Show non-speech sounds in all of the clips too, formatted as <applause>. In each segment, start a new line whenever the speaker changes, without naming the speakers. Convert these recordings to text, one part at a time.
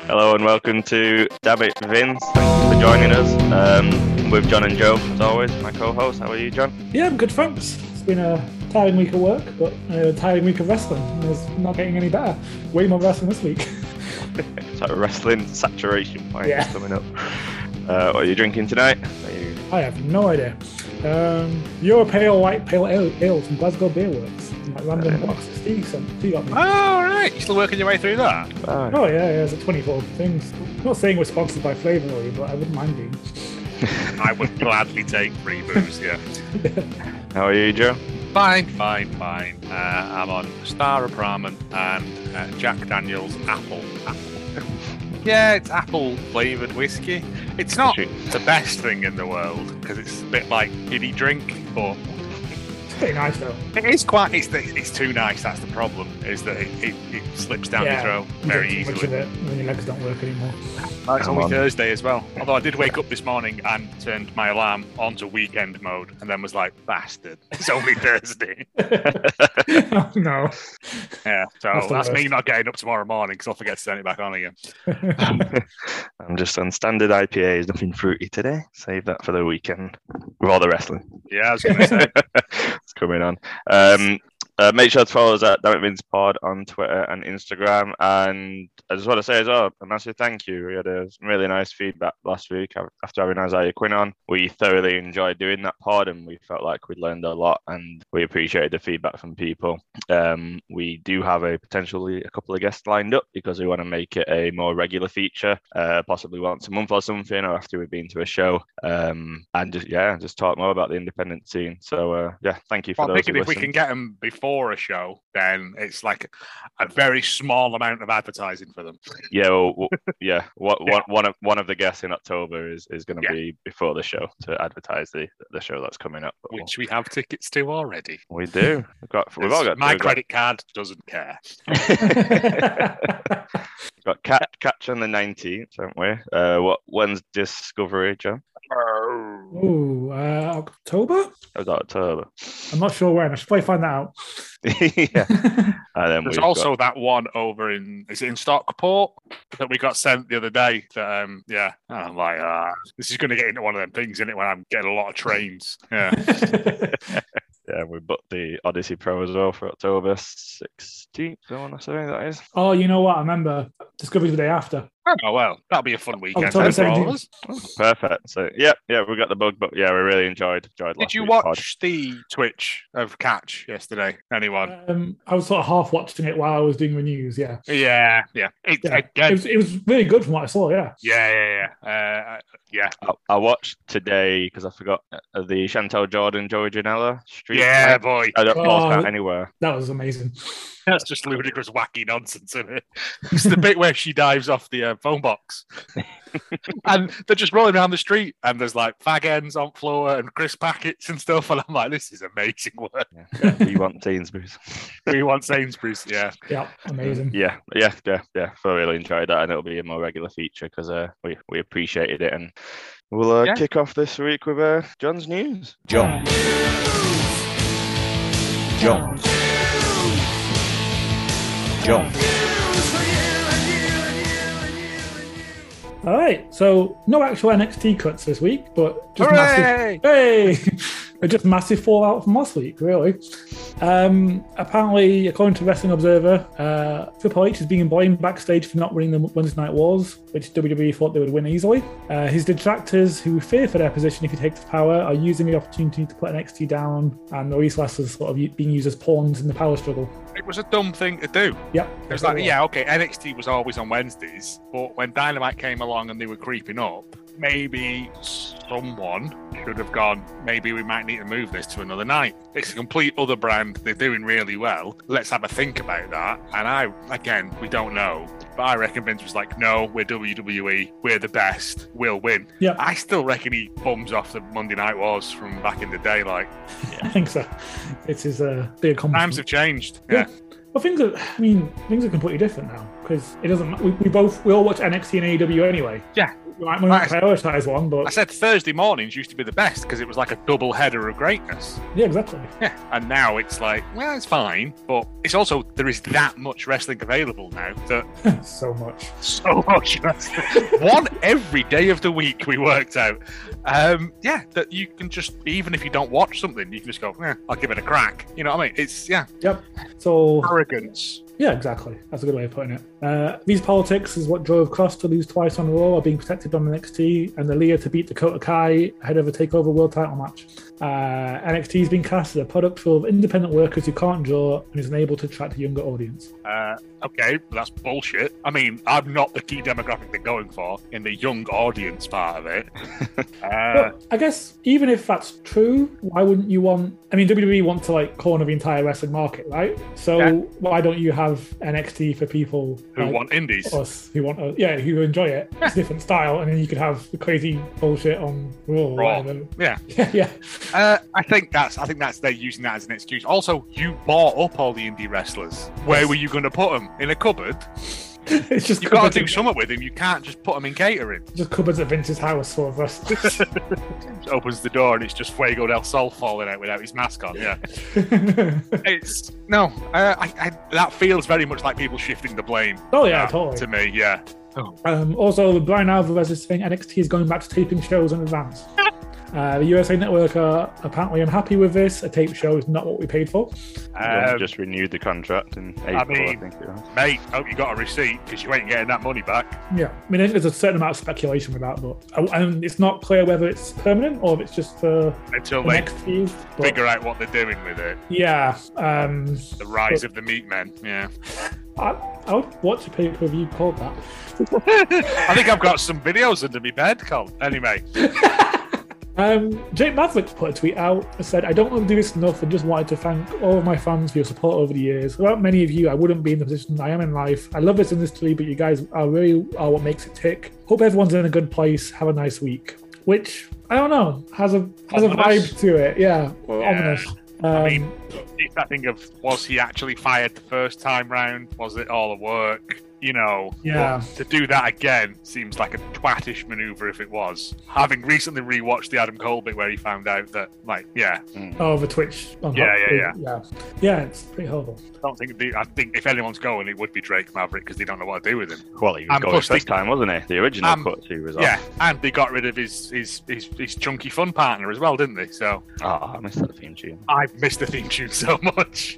Hello and welcome to Dabbit Vince. Thank you for joining us. Um, with John and Joe, as always, my co-host. How are you, John?
Yeah, I'm good, thanks. It's been a tiring week of work, but a tiring week of wrestling. And It's not getting any better. Way more wrestling this week. <laughs>
It's like a wrestling <laughs> saturation point
Yeah.
coming up. Uh, what are you drinking tonight? Are you...
I have no idea. Um, Euro Pale White Pale Ale, ale from Glasgow Beer Works. Like random
Uh,
box of Steve sent. Steve got me.
All right, you still working your way through that.
Oh.
Oh yeah, yeah, it's a 24 things. I'm not saying we're sponsored by Flavory, but I wouldn't mind being.
I would gladly take free booze. Yeah,
How are you, Joe? <laughs>
fine, fine, fine. Uh, I'm on Star of Brahman and uh, Jack Daniel's Apple. Apple. <laughs> yeah, it's apple flavored whiskey. It's not
Shoot.
the best thing in the world because it's a bit like kiddie drink, but
It's pretty nice though.
it is quite. It's, it's too nice. That's the problem. Is that it, it, it slips down
Yeah,
your throat
You
very
drink too much
easily.
of it, and then your legs don't work
<laughs>
anymore. <laughs>
Oh, it's
Come
only
on.
Thursday as well. Although I did wake up this morning and turned my alarm onto weekend mode and then was like, bastard, <laughs> it's only
<laughs>
Thursday.
oh, no. <laughs>
Yeah, so
That's
that's,
the
me
worst.
not getting up tomorrow morning because I'll forget to turn it back on again.
I'm just on standard IPAs, nothing fruity today. Save that for the weekend with all the wrestling. <laughs>
Yeah, I was going to say.
it's coming on. Um, uh, make sure to follow us at Damn It Vince Pod on Twitter and Instagram. And I just want to say as well, a massive thank you. We had a some really nice feedback last week af- after having Isaiah Quinn on. We thoroughly enjoyed doing that pod and we felt like we'd learned a lot and we appreciated the feedback from people. Um, we do have a potentially a couple of guests lined up because we want to make it a more regular feature, uh, possibly once a month or something, or after we've been to a show, um, and just yeah, just talk more about the independent scene. So uh, yeah, thank you for
Well, I'm
those.
thinking
Who
if we can
listened.
get them before a show, then it's like a very small amount of advertising for them.
Yeah, well,
<laughs>
well, yeah. What,
Yeah.
One, one of one of the guests in October is, is going to
Yeah.
be before the show to advertise the, the show that's coming up. But
Which we have tickets to already.
we'll- we do. We've got we've all got
my
we've got-
credit card doesn't
<laughs>
care. <laughs>
Got catch catch on the nineteenth, haven't we? Uh, what when's Discovery, John?
Oh.
Ooh, uh, October?
That was October.
I'm not sure when. I should probably find that out.
yeah, <laughs> and then
There's
we've
also
got,
that one over in is it in Stockport that we got sent the other day. That um yeah, and I'm like ah, this is going to get into one of them things, isn't it? When I'm getting a lot of trains.
<laughs>
Yeah,
yeah, we booked the Odyssey Pro as well for October sixteenth. I want to say that is.
oh, you know what? I remember Discovery's the day after.
oh well, that'll be a fun weekend.
October
then for all
17th.
of us.
Oh, perfect. So yeah, yeah, we got the bug, but yeah, we really enjoyed enjoyed.
Did
last
you
week's pod.
watch the Twitch of Catch yesterday? Anyone?
Um, I was sort of half watching it while I was doing the news. Yeah,
Yeah, yeah. It,
yeah.
Again,
It was, it was really good from what I saw. Yeah,
yeah, yeah, yeah. Uh, yeah,
I, I watched today because I forgot uh, the Chantel Jordan Joey Janela street.
yeah,
fight.
boy.
I don't
Oh.
post that anywhere.
that was amazing.
<laughs> That's just ludicrous, wacky nonsense, isn't it? It's the bit where she dives off the uh, phone box, and they're just rolling around the street, and there's like fag ends on floor and crisp packets and stuff, and I'm like, this is amazing work.
Yeah, we want Sainsbury's.
We want Sainsbury's, yeah.
Yeah, amazing.
<laughs> Yeah, yeah, yeah, yeah. Thoroughly enjoyed that, and it'll be a more regular feature because uh, we we appreciated it, and we'll uh,
Yeah.
kick off this week with uh, John's news.
Um, John. John. All right, so no actual NXT cuts this week, but just massive
Hooray!
Hey, <laughs> They're just massive fallout from last week, really. Um, apparently, according to Wrestling Observer, uh, Triple H is being blamed backstage for not winning the Wednesday Night Wars, which WWE thought they would win easily. Uh, his detractors, who fear for their position if he takes power, are using the opportunity to put NXT down, and Maurice Lester's sort of u- being used as pawns in the power struggle.
It was a dumb thing to do.
Yep.
It was like, yeah, okay, NXT was always on Wednesdays, but when Dynamite came along and they were creeping up, maybe someone should have gone, maybe we might need to move this to another night. It's a complete other brand. They're doing really well. Let's have a think about that. And I, again, we don't know, but I reckon Vince was like, no, we're WWE. We're the best. We'll win.
Yeah.
I still reckon he bums off the Monday Night Wars from back in the day. Like,
<laughs> I think so. It is a big accomplishment.
times have changed. Yeah.
Well, things are, I mean, things are completely different now. 'Cause because it doesn't. ma- We, we both we all watch NXT and AEW anyway.
Yeah.
we might, we might
Right.
prioritize one,
I
but
said Thursday mornings used to be the best because it was like a double header of greatness.
yeah, exactly. <laughs>
Yeah. And now it's like, well, it's fine, but it's also there is that much wrestling available now that
so much.
so <laughs> much wrestling. One every day of the week we worked out. Um, yeah, that you can just even if you don't watch something, you can just go, yeah, I'll give it a crack. You know what I mean? It's yeah,
So
arrogance.
yeah, exactly. That's a good way of putting it. Uh, these politics is what drove Cross to lose twice on Raw, being protected on NXT, and Aaliyah to beat Dakota Kai ahead of a Takeover World Title match. Uh, NXT has been cast as a product full of independent workers who can't draw and is unable to attract a younger audience.
Uh, okay, that's bullshit. I mean, I'm not the key demographic they're going for in the young audience part of it. uh,
But I guess even if that's true, why wouldn't you want? I mean, WWE want to like corner the entire wrestling market, right? So
Yeah.
why don't you have NXT for people
who
like
want indies?
us who want, us, yeah, who enjoy it? It's a different style, and then you could have the crazy bullshit on Raw. or
Raw.
whatever.
Yeah.
<laughs> yeah, yeah,
Uh, I think that's I think that's they're using that as an excuse. Also, you bought up all the indie wrestlers. Where were you going to put them? In a cupboard?
it's just
You've got
cupboards
to do
at-
something with them. You can't just put them in catering.
just cupboards at Vince's house sort of <laughs>
<laughs>
us.
Just opens the door and it's just Fuego del Sol falling out without his mask on. Yeah, it's no. Uh, I, I, that feels very much like people shifting the blame.
oh yeah,
uh,
totally.
To me, yeah.
Um, also, Brian Alvarez is saying NXT is going back to taping shows in advance. Uh, the USA Network are apparently unhappy with this. A tape show is not what we paid for.
Yeah,
Um,
just renewed the contract in April, I,
mean-
think it was.
Mate, hope you got a receipt because you ain't getting that money back.
Yeah, I mean, I think there's a certain amount of speculation with that, but I- and it's not clear whether it's permanent or if it's just for
Until
the
they
next few. but-
figure out what they're doing with it.
yeah, um,
The rise of the meat men. Yeah.
I, I would watch a pay per view called that.
I think I've got some videos under my bed, Colin. Anyway,
Um, Jake Maverick put a tweet out and said, I don't want to do this enough and just wanted to thank all of my fans for your support over the years. Without many of you, I wouldn't be in the position I am in life. I love this industry, but you guys are really are what makes it tick. Hope everyone's in a good place. Have a nice week. Which I don't know, has a has a
Ominous.
vibe to it, yeah.
Well,
Ominous.
I
Um,
mean, it's that thing of was he actually fired the first time round? Was it all a work? You know,
Yeah.
but to do that again seems like a twatish maneuver if it was. Having recently rewatched the Adam Cole bit where he found out that, like, yeah,
Oh, the Twitch. on
Yeah,
Hot-
yeah, yeah.
yeah. Yeah, it's pretty horrible. <laughs>
I don't think the, I think if anyone's going, it would be Drake Maverick because they don't know what to do with him.
Well, he was
And
going
plus
first
they-
time, wasn't he? The original
Um,
cut two was
Yeah, and they got rid of his his, his his chunky fun partner as well, didn't they? So
off. Oh, I missed that theme tune.
I've missed the theme tune so <laughs> much.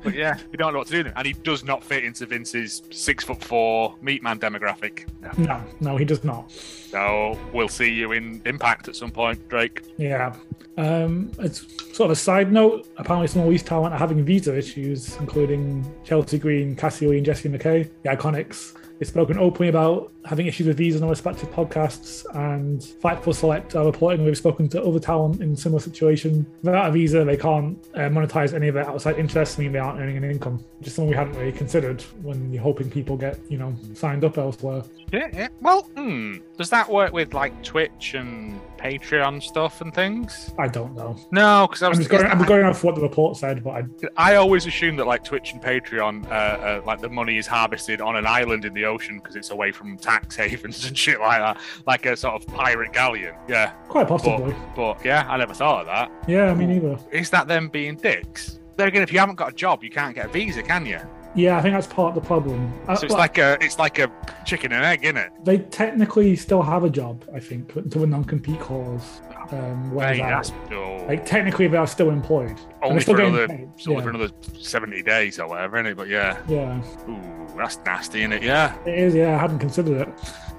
But yeah, we don't know what to do with him. And he does not fit into Vince's six foot four meat man demographic.
no, no, he does not.
So we'll see you in Impact at some point, Drake.
Yeah. Um, it's sort of a side note. Apparently, some of these talent are having visa issues, including Chelsea Green, Cassie Lee, and Jesse McKay, the Iconics. They've spoken openly about having issues with visas on their respective podcasts, and Fightful Select are reporting they've spoken to other talent in similar situation. Without a visa, they can't uh, monetize any of their outside interests, meaning they aren't earning an income. Just something we hadn't really considered when you're hoping people get, you know, signed up elsewhere.
Yeah, yeah. Well, hmm. Does that work with like Twitch and Patreon stuff and things?
I don't know.
No, because I
I'm
was
just going. I'm
I,
going off what the report said, but I,
always assume that like Twitch and Patreon, uh, uh, like the money is harvested on an island in the ocean because it's away from tax <laughs> havens and shit like that, like a sort of pirate galleon. Yeah,
quite possibly.
but yeah, I never thought of that.
yeah, me neither.
Is that them being dicks? Then again, if you haven't got a job, you can't get a visa, can you?
Yeah, I think that's part of the problem. Uh,
So it's
well,
like a it's like a chicken and egg, isn't it?
they technically still have a job, I think, to a non-compete clause. Um, when
Mate,
that-
that's oh,
like technically they are still employed. And they're
only
still
for
getting
another
paid.
it's only
yeah.
for another seventy days or whatever, isn't it? But yeah,
yeah,
ooh, that's nasty, isn't it? Yeah,
it is. Yeah, I hadn't considered it.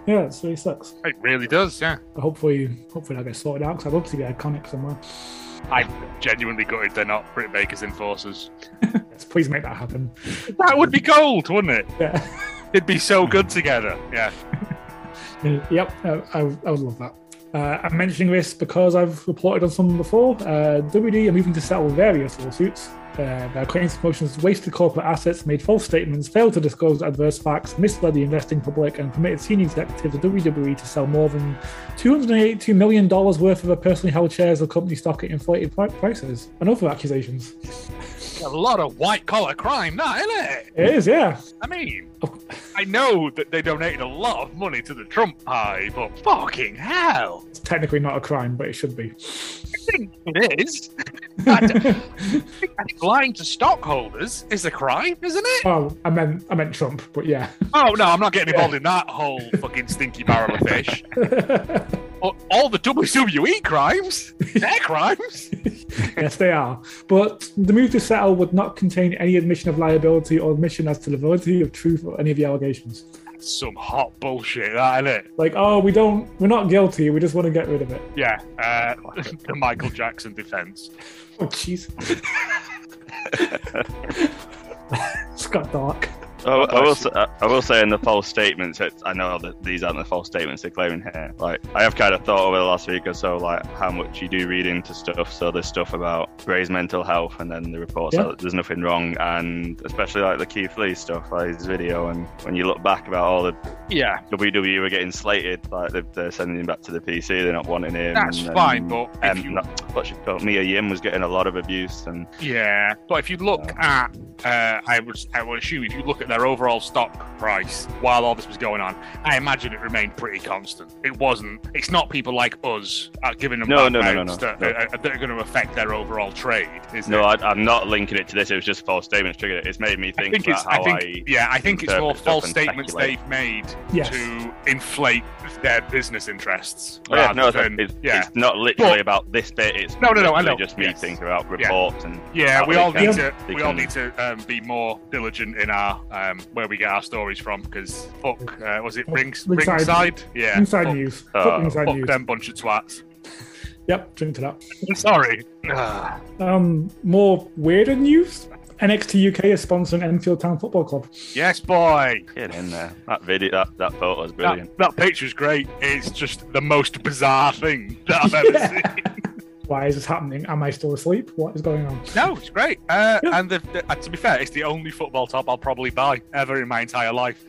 Yeah, it really sucks.
it really does. Yeah,
But hopefully, hopefully that gets sorted out because I'd love to be iconic somewhere.
genuinely gutted they're not Britt Baker's enforcers.
Yes, please make that happen.
That would be gold, wouldn't it?
Yeah.
It'd be so good together. Yeah,
yep, uh, I, I would love that. Uh, I'm mentioning this because I've reported on some before. Uh, WD are moving to settle various lawsuits. Uh, their claims for motions wasted corporate assets, made false statements, failed to disclose adverse facts, misled the investing public, and permitted senior executives of WWE to sell more than $282 million worth of their personally held shares of company stock at inflated pri- prices, and other accusations.
a lot of white collar crime, that isn't it?
It is, yeah.
I mean, I know that they donated a lot of money to the Trump pie, but fucking hell,
It's technically not a crime, but it should be.
I think it is. I d-
<laughs>
I think that's lying to stockholders is a crime, isn't it?
oh, I meant I meant Trump, but yeah. <laughs>
Oh no, I'm not getting involved in that whole fucking stinky barrel of fish. But all the
<laughs>
WWE crimes, their crimes.
yes, they are. But the move to settle would not contain any admission of liability or admission as to the validity of truth or any of the allegations.
Some hot bullshit, that isn't it?
Like, oh, we don't, we're not guilty. We just want to get rid of it.
Yeah, uh, <laughs> the Michael Jackson defense.
Oh, jeez. <laughs> it's got dark.
Oh,
I, I will. Say, I will say in the false statements. It's, I know that these aren't the false statements they're claiming here. Like I have kind of thought over the last week or so, like how much you do read into stuff. So there's stuff about Gray's mental health, and then the reports
Yeah.
that there's nothing wrong, and especially like the Keith Lee stuff, like his video, and when you look back about all the
Yeah,
WWE were getting slated, like they're, they're sending him back to the PC, they're not wanting him.
that's
and then,
fine, but if
Um,
you
not, what's she called? Mia Yim was getting a lot of abuse, and
Yeah, but if you look at, uh, I would, I would assume if you look at their overall stock price while all this was going on, I imagine it remained pretty constant. It wasn't. It's not people like us uh, giving them
No, no, no, no,
backgrounds
no,
that,
no.
Uh, that are going to affect their overall trade. Is
no,
it?
I, I'm not linking it to this. It was just false statements triggered it. It's made me think, about
it's.
how
I
I,
think. yeah, I think it's
interpret
more
stuff
false
and
statements
speculate.
they've made
Yes.
to inflate their business interests.
Oh, yeah,
rather
no, it's,
than-
it's,
yeah,
it's not literally
But-
about this bit. It's
No, no, no, I
literally
know.
Just me
Yes.
thinking about
Yeah.
reports and
Yeah,
How
we
they
all
can-
need to
they
we all
can-
need to um, be more diligent in our um, where we get our stories from because fuck, uh, was it rings
Ringside.
ringside? Yeah,
inside
fuck,
news.
Uh,
Fuck inside
fuck
news.
them bunch of twats.
Yep, drink to that.
Sorry. <sighs> Ah,
Um, more weirder news. NXT UK is sponsoring Enfield Town Football Club.
yes, boy.
get in there. That video, that, that photo is brilliant.
That, that picture's great. It's just the most bizarre thing that I've
<laughs>
ever
Yeah.
seen.
Why is this happening? Am I still asleep? What is going on?
No, it's great. Uh,
Yeah.
And the, the, uh, to be fair, it's the only football top I'll probably buy ever in my entire life.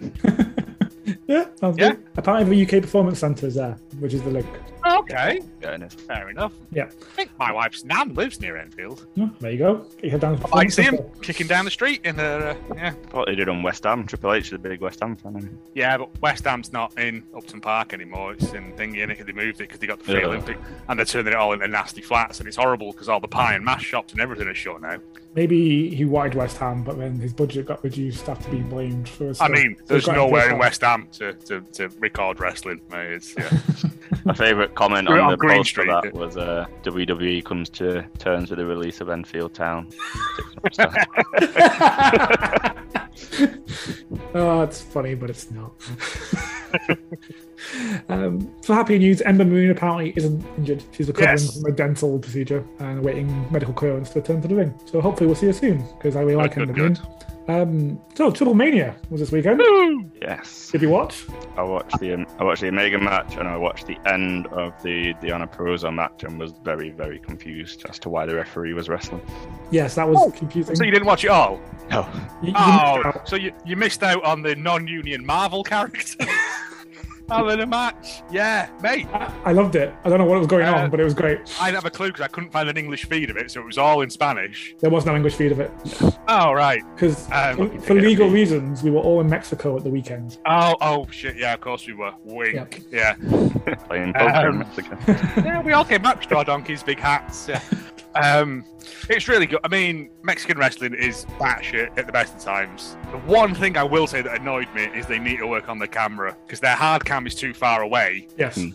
Yeah, sounds
Yeah.
good. Apparently, the UK Performance Centre is there, which is the link.
Okay,
Goodness.
fair enough.
Yeah.
I think my wife's nan lives near Enfield.
Yeah, Oh, There you go. Get your down to
Oh, I
Performance
see him
Centre.
kicking down the street in her. Uh, yeah,
What they did on West Ham. Triple H is a big West Ham fan. isn't
yeah, but West Ham's not in Upton Park anymore. It's in Thingy, innit? They moved it because they got the free
Yeah.
Olympic, and they're turning it all into nasty flats, and it's horrible because all the pie and mash shops and everything are shut now.
Maybe he wanted West Ham, but then his budget got reduced after being blamed for.
I mean,
They've
there's
got Enfield
nowhere in
Town.
West Ham to, to, to record wrestling. mate. It's, yeah.
he? My favourite comment
We're
on
on
the
Green
post for
Street.
that was uh, WWE comes to terms with the release of Enfield Town.
<laughs> oh, it's funny, but it's not. <laughs> um, for happy news, Ember Moon apparently isn't injured. She's recovering
Yes.
from a dental procedure and awaiting medical clearance to return to the ring. So hopefully we'll see her soon because I really like
Good,
Ember
good,
Moon. Um, so Triple Mania was this weekend.
Woo!
yes.
Did you watch?
I watched the um, I watched the Omega match and I watched the end of the Diana Perosa match and was very very confused as to why the referee was wrestling. <laughs>
Yes, that was
Oh,
confusing.
So you didn't watch it all?
No,
You- you didn't-
<laughs> Oh, so you, you missed out on the non-union Marvel characters <laughs> having a match? Yeah, mate.
I, I loved it. I don't know what was going
Uh,
on, but it was great.
I didn't have a clue because I couldn't find an English feed of it, so it was all in Spanish.
There was no English feed of it
<laughs> Oh right.
because for,
Um,
fucking
for
take it,
legal
please.
reasons we were all in Mexico at the weekend.
Oh oh shit. Yeah, of course we were. Wink. Yeah.
playing poker
Um,
in Mexico.
Yeah, we all came back to our donkeys, big hats. Yeah. Um, it's really good. I mean, Mexican wrestling is batshit at the best of times. The one thing I will say that annoyed me is they need to work on the camera because their hard cam is too far away
Yes.
Mm.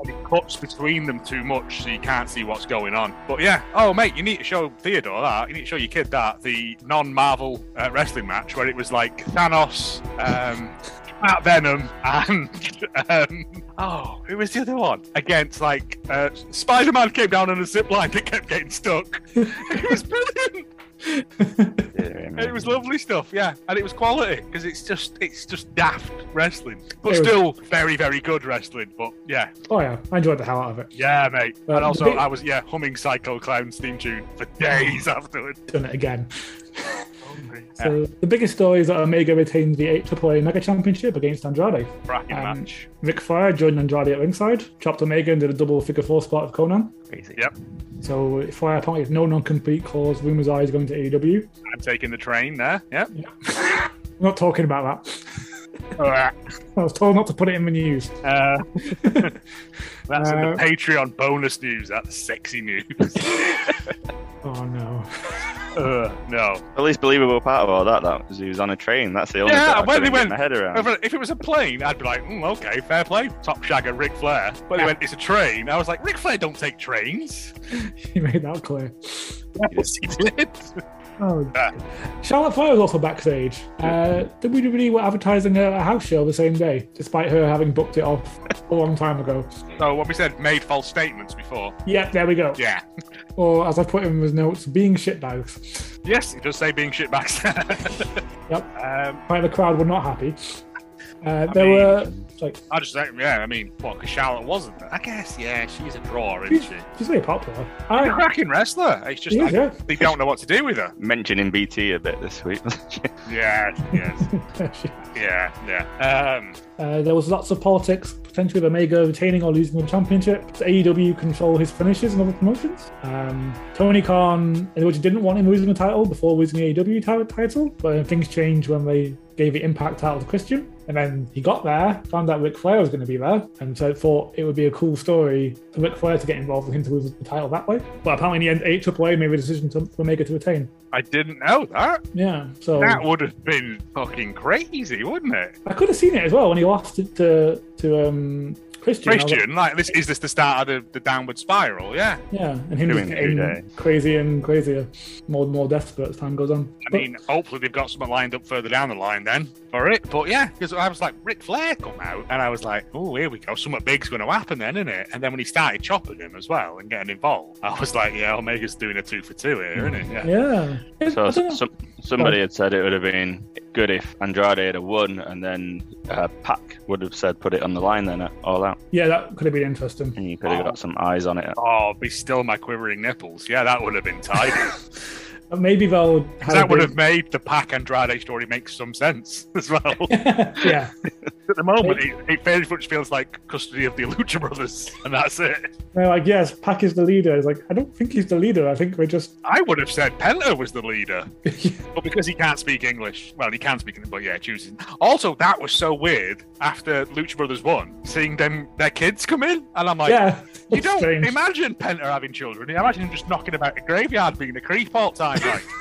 and it cuts between them too much, so you can't see what's going on. But yeah, oh mate, you need to show Theodore that. You need to show your kid that the non-Marvel uh, wrestling match where it was like Thanos, um, <laughs> Matt Venom, and um, oh, who was the other one? Against like uh, Spider-Man came down on a zip line that kept getting stuck. <laughs> it was brilliant.
Dear me.
<laughs> It was lovely stuff. Yeah, and it was quality because it's just it's just daft wrestling, but
It was-
still very very good wrestling. But yeah.
Oh yeah, I enjoyed the hell out of it.
Yeah, mate.
Uh,
and also,
the-
<laughs> I was yeah humming Psycho Clown's theme tune for days afterward.
Done it again. <laughs> So the biggest story is that Omega retains the AAA Mega Championship against Andrade.
Cracking
Um,
match.
Ric Flair joined Andrade at ringside, chopped Omega and did a double figure four spot of Conan.
Crazy.
Yep,
So Flair apparently has no non-compete clause. Rumors are he's going to E AEW.
I'm taking the train there.
<laughs>
Yep.
We're not talking about that. I was told not to put it in the news.
Uh, <laughs> that's in
Uh,
the Patreon bonus news. That's
<laughs>
sexy news.
Oh no. <laughs>
uh, <laughs> no.
At least believable part of all that, though, because he was on a train. That's the only bit
Yeah,
I
when
couldn't
they
get
went-
my head
um,
around.
If it- If it was a plane, I'd be like, mm, okay, fair play. Top shagger, Ric Flair. But they went, it's a train. I was like, Ric Flair don't take trains. <laughs>
You made that clear.
Yes, he did.
Oh.
Ah.
Charlotte Flair was also backstage. Uh, WWE were advertising a, a house show the same day, despite her having booked it off a long time ago.
So what we said, made false statements before.
Yep, there we go.
Yeah.
Or as I put in his notes, being shitbags.
Yes, it does say being shit back. <laughs>
Yep.
um,
Right, the crowd were not happy. Uh,
I
there
mean-
were like
I just think, yeah, I mean, what, because Charlotte wasn't. I guess, yeah, she's a draw, isn't
she's,
she?
she's very popular.
She's a
I,
cracking wrestler. It's just,
she is,
I,
yeah.
they don't know what to do with her.
Mentioning BT a bit this week.
Yeah, yes,
Yeah, <laughs> she-
yeah, yeah. Um,
Uh, there was lots of politics, potentially with Omega retaining or losing the championship. So AEW control his finishes and other promotions. Um, Tony Khan, which didn't want him losing the title before losing the AEW ti- title, but then things changed when they gave the Impact title to Christian. And then he got there, found out Ric Flair was going to be there, and so thought it would be a cool story for Ric Flair to get involved with him to lose the title that way. But apparently, in the end, AAA made a decision to, for Omega to retain.
I didn't know that.
Yeah, so
That would have been fucking crazy, wouldn't it?
I could have seen it as well when he lost it to to um, Christian. I was like,
Christian, like, this is this the start of the, the downward spiral? Yeah.
Yeah, and him
Doing
just getting
two-day.
crazier and crazier, more and more desperate as time goes on.
I mean, hopefully they've got something lined up further down the line then for it. But yeah, because I was like, Ric Flair come out, and I was like, oh, here we go, something big's going to happen then, isn't it? And then when he started chopping him as well and getting involved, I was like, yeah, Omega's doing a two for two here, isn't it? Yeah.
yeah,
<laughs>
It-
so
I don't know.
some, somebody had said it would have been good if Andrade had won, and then uh, Pac would have said put it on the line then at all out,
yeah, that could have been interesting.
and you could have got some eyes on it.
Oh, be still my quivering nipples. Yeah, that would have been tidy. 'Cause
But maybe they'll have a
that would
big-
have made the Pac Andrade story make some sense <laughs> as well. At
<laughs> yeah,
the moment, it, it very much feels like custody of the Lucha Brothers, <laughs> and that's it.
they're like, yes, Pac is the leader. It's like I don't think he's the leader. I think we're just <laughs>
I would have said Penta was the leader. But because he can't speak English, well, he can speak English, but yeah, chooses. Also, that was so weird after Lucha Brothers won, seeing them their kids come in, and I'm like,
yeah.
you
it's
don't
strange.
imagine Penta having children. You imagine him just knocking about a graveyard, being a creep all the time. Like,
<laughs>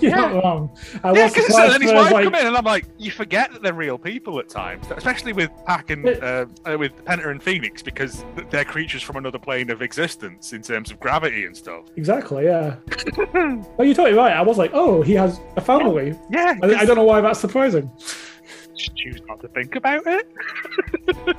You're
yeah.
not wrong. <laughs> I
yeah,
was
because
surprised
then his
when I was
wife
like,
come in, and I'm like, you forget that they're real people at times, especially with Pac and
But-
uh, uh, with Penta and Phoenix, because th- they're creatures from another plane of existence in terms of gravity and stuff.
exactly,
<laughs>
yeah. but you're totally right. I was like, oh, he has a family.
Yeah,
I, I don't know why that's surprising.
just choose not to think about it.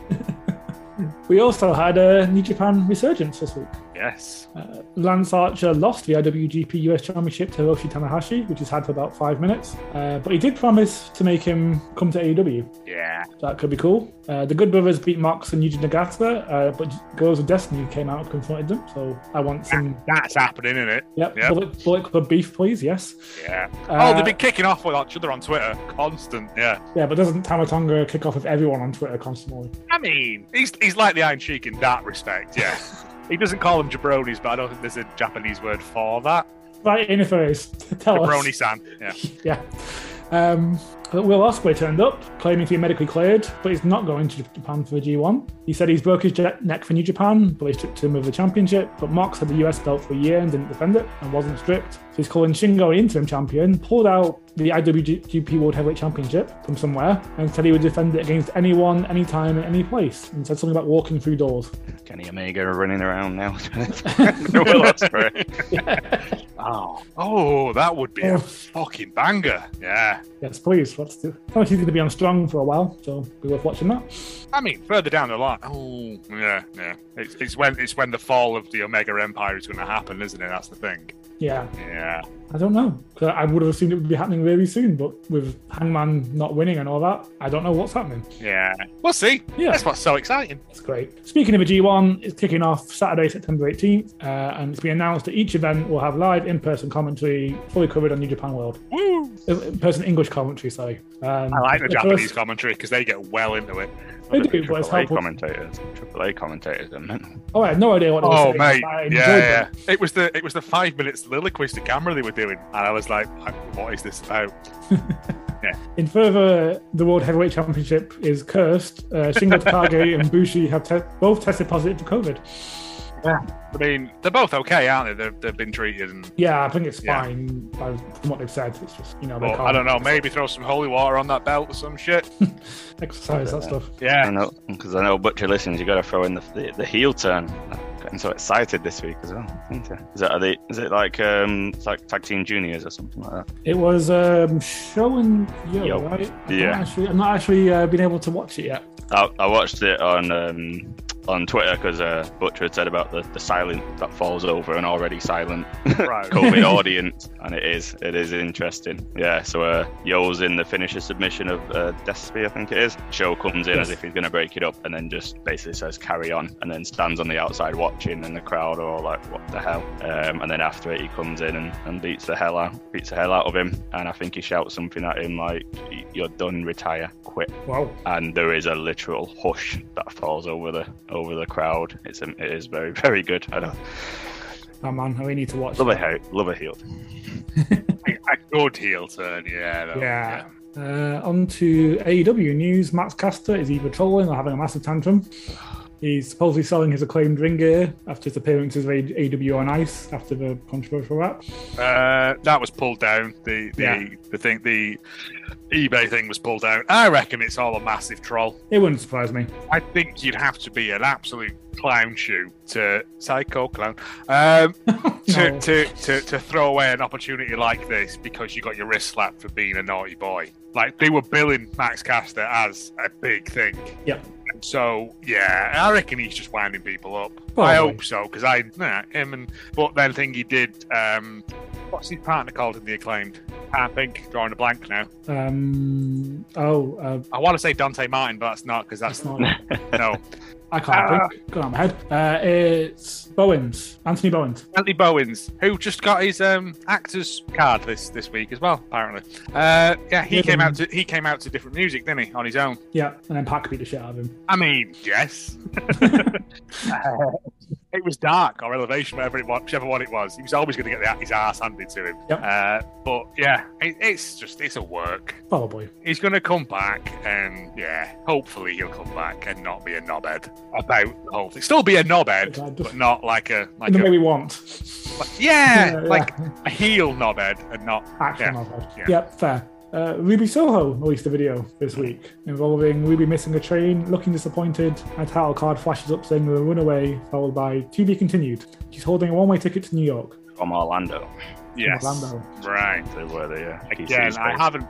We also had a New Japan resurgence this week.
Yes.
Uh, Lance Archer lost the IWGP US Championship to Hiroshi Tanahashi, which he's had for about five minutes. Uh, but he did promise to make him come to AEW.
Yeah.
That could be cool. Uh, the Good Brothers beat Mox and Yuji Nagata, uh, but Girls of Destiny came out and confronted them. So I want some.
That's happening, isn't it?
Yep,
Yeah.
Bullet, Bullet Club beef, please. Yes.
Yeah.
Uh,
oh, they've been kicking off with each other on Twitter. Constant, yeah.
Yeah, but doesn't Tamatonga kick off with everyone on Twitter constantly?
I mean, he's, he's like the Iron Sheik in that respect, <laughs> yeah. he doesn't call them jabronis, but I don't think there's a Japanese word for that.
Right in your face. <laughs>
Oh,
Tell us.
Jabroni san, yeah.
yeah. Um, but Will Osprey turned up, claiming to be medically cleared, but he's not going to Japan for the G1. He said he's broke his je- neck for New Japan, but they stripped him of the championship. But Mox had the US belt for a year and didn't defend it and wasn't stripped. So he's calling Shingo an interim champion, pulled out the IWGP World Heavyweight Championship from somewhere, and said he would defend it against anyone, anytime, in any place, and said something about walking through doors.
Kenny Omega running around now. <laughs> Will Ospreay.
Oh. Oh, that would be
Oh.
a fucking banger, yeah.
Yes, please. Let's do. I think he's going to be on strong for a while, so be worth watching that.
I mean, further down the line. Oh, yeah, yeah. It's, it's when it's when the fall of the Omega Empire is going to happen, isn't it? That's the thing.
Yeah.
Yeah.
I don't know. 'Cause I would have assumed it would be happening really soon, but with Hangman not winning and all that, I don't know what's happening.
Yeah. We'll see.
Yeah.
That's what's so exciting.
That's great. Speaking of a G1, it's kicking off Saturday, September 18th, uh, and it's been announced that each event will have live in person commentary fully covered on New Japan World.
Woo!
person English commentary, sorry. Um,
I like the
the
Japanese
first-
commentary because they get well into it.
They do, but
Triple
it's
A
helpful.
commentators. Triple A commentators are mental.
Oh, I had no idea what they were
Oh
saying,
mate,
but I
yeah,
enjoyed
yeah.
them.
It was the it was the five minutes soliloquies to camera they were doing, and I was like, "I- what is this about?
In further, the World Heavyweight Championship is cursed. Uh, Shingo
<laughs>
Takagi and Bushi have te- both tested positive for COVID.
I mean, they're both okay, aren't they? They've, they've been treated, and
Yeah, I think it's
Yeah.
fine by, from what they've said. It's just, you know, they
well,
can't
I don't know. Maybe throw some holy water on that belt or some shit.
exercise that stuff.
I
Yeah,
know because I know Butcher listens. You got to throw in the, the the heel turn. I'm getting so excited this week as well. Isn't it? Is that are they, is it like um it's like tag team juniors or something like that?
It was um, showing yo,
Yo.
right? I'm
Yeah.
not actually, I'm not actually uh, been able to watch it yet.
I, I watched it on um on Twitter because uh, Butcher had said about the, the silent that falls over an already silent
<laughs>
right.
COVID audience, and it is it is interesting. Yeah, so uh, Yo's in the finisher submission of uh, Despy, I think it is. Show comes in
Yes.
as if he's going to break it up, and then just basically says carry on, and then stands on the outside watching, and the crowd are all like, "What the hell?" Um, and then after it, he comes in and, and beats the hell out beats the hell out of him, and I think he shouts something at him like, "Y- "You're done, retire, quit."
Wow.
And there is a literal hush that falls over the over the crowd. It's um, it is very <laughs> very good. I don't
Oh, man, we need to watch
love a
that.
heel, love a heel.
a good heel turn. Yeah, that-
Yeah. Uh, on to AEW news. Max Caster is either trolling or having a massive tantrum. He's supposedly selling his acclaimed ring gear after his appearances with AEW on ice after the controversial rap.
Uh, that was pulled down. The the
Yeah.
the thing the eBay thing was pulled down. I reckon it's all a massive troll.
It wouldn't surprise me. <laughs>
I think you'd have to be an absolute clown shoe to psycho clown um, to,
No.
to, to to throw away an opportunity like this because you got your wrist slapped for being a naughty boy. Like they were billing Max Caster as a big thing.
Yep.
And So yeah, I reckon he's just winding people up.
Probably.
I hope so because I nah, him and but then thing he did. Um, what's his partner called in the acclaimed? I think drawing a blank now.
Um, oh, uh,
I want to say Dante Martin, but that's not because that's
that's
<laughs>
not.
no.
I can't
Ah.
think. Got it on my head. Uh, it's Bowens, Anthony Bowens.
Anthony Bowens, who just got his um, actors card this this week as well, apparently. Uh, yeah, he
Yeah.
came out to he came out to different music, didn't he, on his own?
Yeah, and then Pac beat the shit out of him.
I mean,
<laughs>
yes. Uh, it was dark or elevation, whatever it was, whichever one it was. He was always going to get the, his ass handed to him.
Yep.
Uh, but yeah, it, it's just it's a work.
Probably.
He's going to come back, and yeah, hopefully he'll come back and not be a knobhead about the whole thing. Still be a knobhead,
God.
but not like a like
In the way
a
we want.
like-
<laughs>
yeah,
Yeah,
like a heel knobhead and not
Action
Yeah.
novel.
Yeah.
Yep, fair. Uh, Ruby Soho released a video this week involving Ruby missing a train, looking disappointed, and title card flashes up saying the runaway, followed by to be continued. She's holding a one way ticket to New York.
from Orlando.
yes,
Orlando.
right.
They were the uh, PC
Again, I
space.
haven't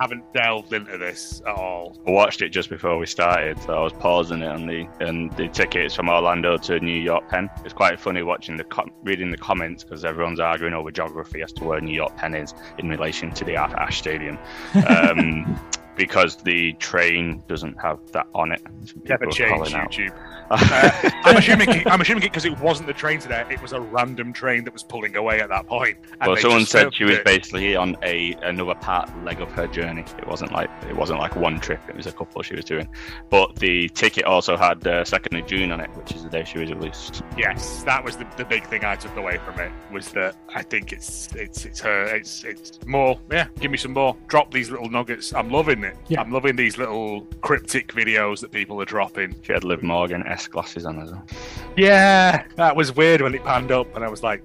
I haven't delved into this at all.
I watched it just before we started, so I was pausing it on the and the tickets from Orlando to New York Penn. It's quite funny watching the com- reading the comments because everyone's arguing over geography as to where New York Penn is in relation to the Ar- Ash
<laughs>
Stadium. Um, Because the train doesn't have that on it. Some
Never
people are
change
calling out. <laughs>
YouTube. Uh, I'm assuming it- I'm assuming it because it wasn't the train today. It was a random train that was pulling away at that point. and
well,
they
someone
just
said she was
filmed it.
basically on a another part leg of her journey. It wasn't like it wasn't like one trip. It was a couple she was doing. But the ticket also had uh, second of June on it, which is the day she was released.
Yes, that was the, the big thing I took away from it was that I think it's it's it's her it's it's more yeah. Give me some more. Drop these little nuggets. I'm loving it.
Yeah.
I'm loving these little cryptic videos that people are dropping.
She had Liv Morgan S glasses on as well.
Yeah, that was weird when it panned up, and I was like,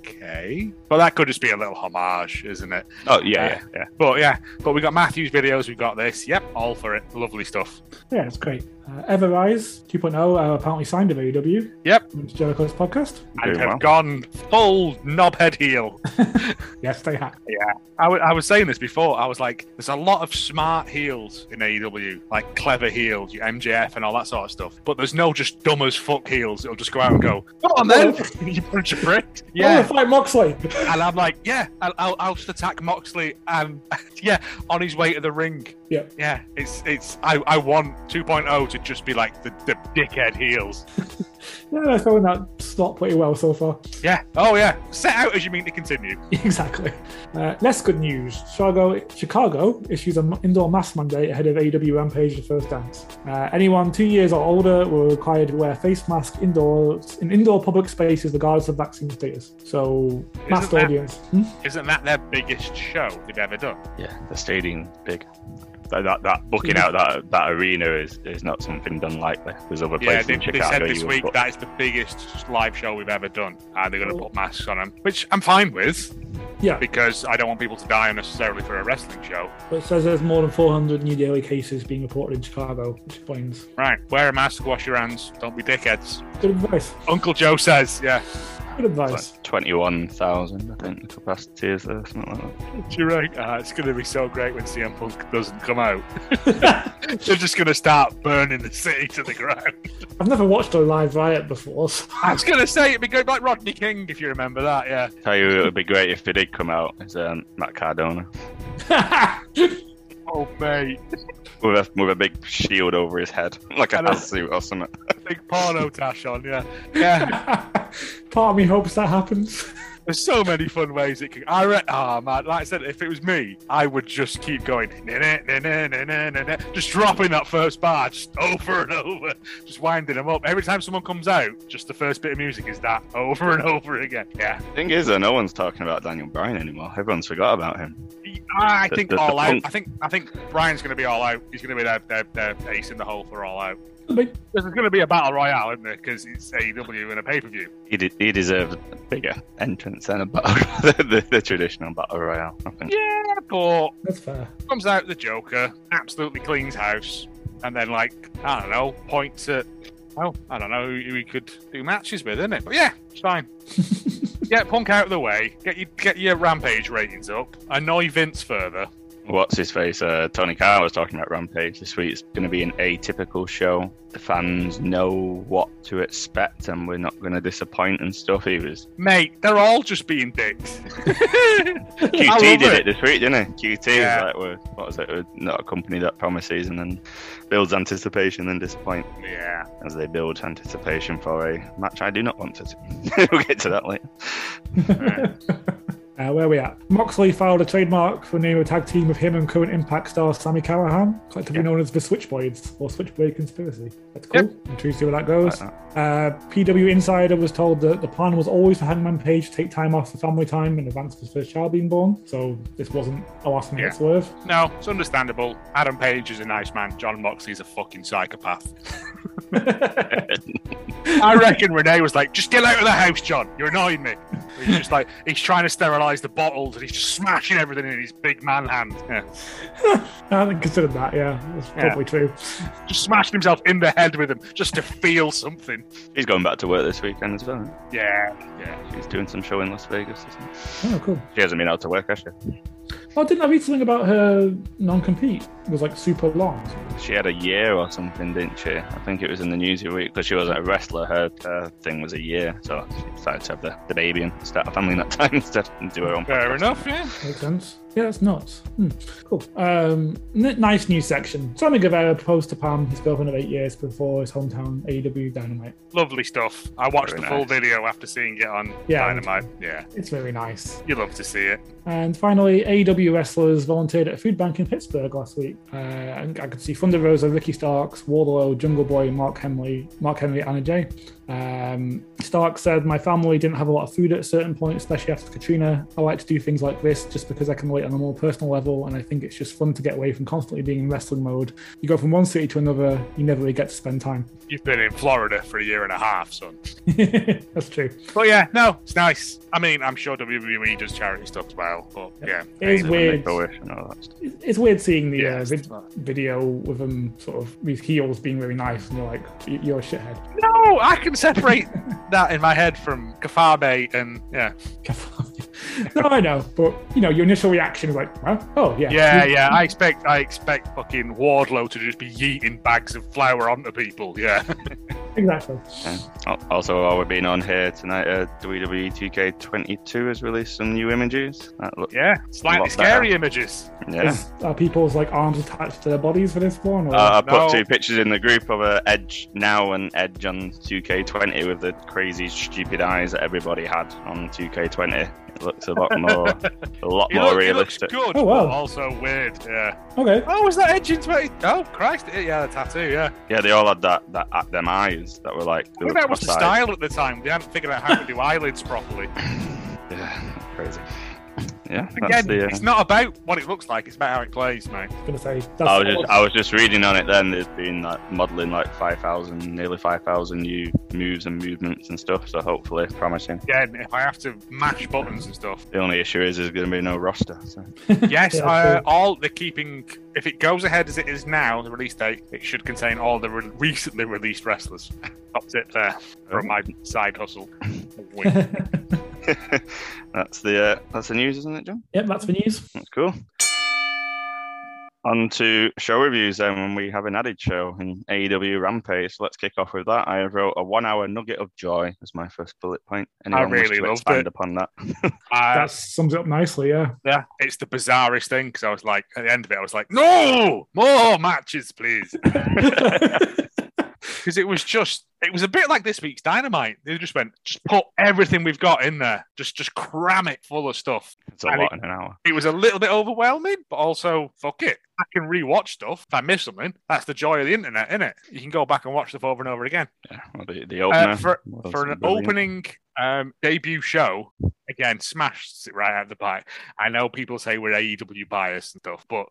okay. But that could just be a little homage, isn't it?
Oh yeah, yeah, yeah.
But yeah, but we got Matthew's videos, we got this. Yep, all for it. Lovely stuff.
Yeah, it's great. Uh, Everrise 2.0 uh, apparently signed with AEW.
Yep.
It's Jericho's podcast.
And
Doing
have
well.
gone full knobhead heel.
Yes, they have.
I wa- I was saying this before. I was like, there's a lot of smart heels in AEW, like clever heels, your MJF and all that sort of stuff. But there's no just dumb as fuck heels. It'll just go out and go, come on then, <laughs> you bunch of bricks.
I
Yeah.
want to Oh, fight Moxley. <laughs>
And I'm like, yeah, I'll, I'll, I'll just attack Moxley and <laughs> yeah, on his way to the ring.
Yeah.
oh Yeah, it's it's I, I want 2.0 to just be like the, the dickhead heels.
Yeah, they're filling that slot pretty well so far.
Yeah. Oh, yeah. Set out as you mean to continue.
<laughs> exactly. Uh, less good news. Chicago, Chicago issues an indoor mask mandate ahead of AEW Rampage the first dance. Uh, anyone two years or older were required to wear face mask indoors in indoor public spaces, regardless of vaccine status. So, masked
that-
audience. Hmm?
Isn't that their biggest show they've ever done?
Yeah, the stadium big. That, that, that booking out that that arena is, is not something done lightly. There's other
Yeah,
places
they,
in
they
Chicago.
said this
you would
week
put-
that is the biggest live show we've ever done, and they're going to put masks on them, which I'm fine with
Yeah,
because I don't want people to die unnecessarily for a wrestling show.
but it says there's more than 400 new daily cases being reported in Chicago, which explains.
Right, wear a mask, wash your hands, don't be dickheads.
Good advice.
Uncle Joe says, yeah,
Good advice.
it's like 21,000, I think the capacity is there, something like that.
you're right. Uh, it's going to be so great when CM Punk doesn't come <laughs> out. They're just going to start burning the city to the ground.
I've never watched a live riot before. so- <laughs>
I was going to say it'd be good like Rodney King if you remember that. Yeah,
Tell you, it would be great if they did come out as um, Matt Cardona
oh mate,
with a, with a big shield over his head, <laughs> like
I
a
know.
hat suit or something.
big porno tash on. Yeah, yeah.
Part of me hopes that happens. <laughs>
There's so many fun ways it can. I re- ah man, like I said, if it was me, I would just keep going, "Nah, nah, nah, nah, nah, nah, nah, nah," just dropping that first bar just over and over, just winding them up. Every time someone comes out, just the first bit of music is that over and over again. Yeah,
Thing is, though, no one's talking about Daniel Bryan anymore. Everyone's forgot about him.
Ah, I
The-
think
the- the
all out.
punk-
I think I think Brian's going to be all out. He's going to be their, their, their ace in the hole for all out.
But
'Cause There's going to be a battle royale, isn't there? Because it's AEW and a pay per view.
He, de- he deserved a bigger entrance than a battle, <laughs> the, the, the traditional battle royale. I think.
Yeah, but
that's fair.
comes out the Joker, absolutely cleans house, and then like I don't know, points at oh I don't know who he could do matches with, isn't it? But yeah, it's <laughs> fine. get Punk out of the way, get your get your Rampage ratings up, annoy Vince further.
what's his face? Uh, Tony Khan was talking about Rampage this week. It's going to be an atypical show. The fans know what to expect, and we're not going to disappoint and stuff. He
<laughs>
was
Mate, they're all just being dicks. <laughs>
QT
love
did
it.
it. this week, didn't he? QT
Yeah.
was like, we're, what was it? We're not a company that promises and then builds anticipation and disappoint
yeah.
as they build anticipation for a match. I do not want to. see. <laughs> we'll get to that later.
Uh, where are we at? Moxley filed a trademark for the name of a tag team with him and current Impact star Sammy Callahan, collectively known as the Switchblades or Switchblade Conspiracy. That's cool. Intrigued to see where that goes.
Like
Uh, PW Insider was told that the plan was always for Hangman Page to take time off for family time in advance of his first child being born, so this wasn't a last minute
Yeah.
swerve. <laughs>
No, it's understandable. Adam Page is a nice man. John Moxley's a fucking psychopath.
<laughs>
I reckon Renee was like, just get out of the house, John. You're annoying me. He's just like, he's trying to sterilize the bottles and he's just smashing everything in his big man hand. Yeah.
I hadn't considered that, yeah. That's
Yeah.
probably true.
Just smashing himself in the head with them just to feel something.
He's going back to work this weekend as well.
Yeah.
He's doing some show in Las Vegas. Isn't he?
Oh, cool.
She hasn't been out to work, has she?
Oh, didn't I read something about her non compete? It was like super long.
she had a year or something, didn't she? I think it was in the news every week because she wasn't a wrestler. Her, her thing was a year, so she decided to have the, the baby and start a family in that <laughs> time instead and do her own.
Fair enough, yeah.
Makes sense. Yeah, that's nuts. Hmm, cool. Um, n- nice new section. Sammy Guevara proposed to Pam, his girlfriend of eight years, before his hometown AEW Dynamite.
Lovely stuff. I watched
Very
the full
nice.
video after seeing it on
Yeah.
Dynamite. Yeah.
It's really nice.
You love to see it.
And finally, AEW wrestlers volunteered at a food bank in Pittsburgh last week. Uh, and I could see Thunder Rosa, Ricky Starks, Wardlow, Jungle Boy, Mark Henley, Mark Henry, Anna Jay. Um, Stark said, "My family didn't have a lot of food at a certain point, especially after Katrina. I like to do things like this just because I can relate on a more personal level, and I think it's just fun to get away from constantly being in wrestling mode. You go from one city to another, you never really get to spend time. <laughs>
You've been in Florida for a year and a half, son.
That's true.
But yeah, no, it's nice. I mean, I'm sure WWE does charity stuff as well. But yeah.
It is weird.
It's
It's it's weird seeing the
Yeah,
uh,
it's
vid- video with him sort of with heels being really nice, and you're like, "Y- "You're a shithead." <laughs>
No, I can separate that in my head from Kafabe and yeah.
<laughs> no, I know, but you know, your initial reaction is like, huh? "Oh yeah,
Yeah,
You-
yeah.
<laughs>
I expect I expect fucking Wardlow to just be yeeting bags of flour onto people. Yeah.
Exactly.
Al- Also, while we're being on here tonight, uh, WWE 2K22 has released some new images. That look,
Yeah, slightly
Lot better.
scary images.
yeah.
Is, are people's like arms attached to their bodies for this one? Or?
Uh, I
No.
put two pictures in the group of uh, Edge now and Edge on 2K20 with the crazy, stupid eyes that everybody had on 2K20. It looks a lot more,
<laughs>
a lot more
It look- it looks
realistic.
good,
Oh, wow.
but also weird. Yeah.
okay.
Oh, was that Edge in 20? Oh, Christ. Yeah, the tattoo, yeah.
Yeah, they all had that, that uh, them eyes that were like.
I think that was the style at the time. They hadn't figured out how to do <laughs> eyelids properly.
Yeah, <laughs> crazy. Yeah, that's
Again,
the. Uh,
it's not about what it looks like, it's about how it plays, mate.
gonna say that's
I was just I was just reading on it. Then there's been like modelling like five thousand, nearly five thousand new moves and movements and stuff. So hopefully, promising.
Again, if I have to mash buttons and
<laughs>
stuff.
The only issue is there's going to be no roster. So.
Yes,
Yeah,
uh,
true.
all the keeping. If it goes ahead as it is now, the release date, it should contain all the re- recently released wrestlers. <laughs> That's it there from my side
<laughs>
hustle. Wink.
<laughs> that's the uh, that's the news, isn't it, John?
yep, that's the news.
That's cool. On to show reviews then when we have an added show in AEW Rampage. So let's kick off with that. I wrote a one hour nugget of joy as my first bullet point. Anyone wish
really
to
loved
expand
it.
upon that?
Uh,
that sums it up
<laughs>
nicely. Yeah.
yeah, it's the bizarrest thing because I was like, at the end of it, I was like, no, more matches, please. <laughs> because it was just it was a bit like this week's dynamite they just went just put everything we've got in there just just cram it full of stuff
It's a
I
lot in an hour.
it was a little bit overwhelming but also fuck it i can rewatch stuff if i miss something that's the joy of the internet isn't it you can go back and watch stuff over and over again
Yeah, well, the, the
Uh,
opener.
for,
was
for an
brilliant.
opening um, debut show again smashed it right out of the pie i know people say we're aew biased and stuff but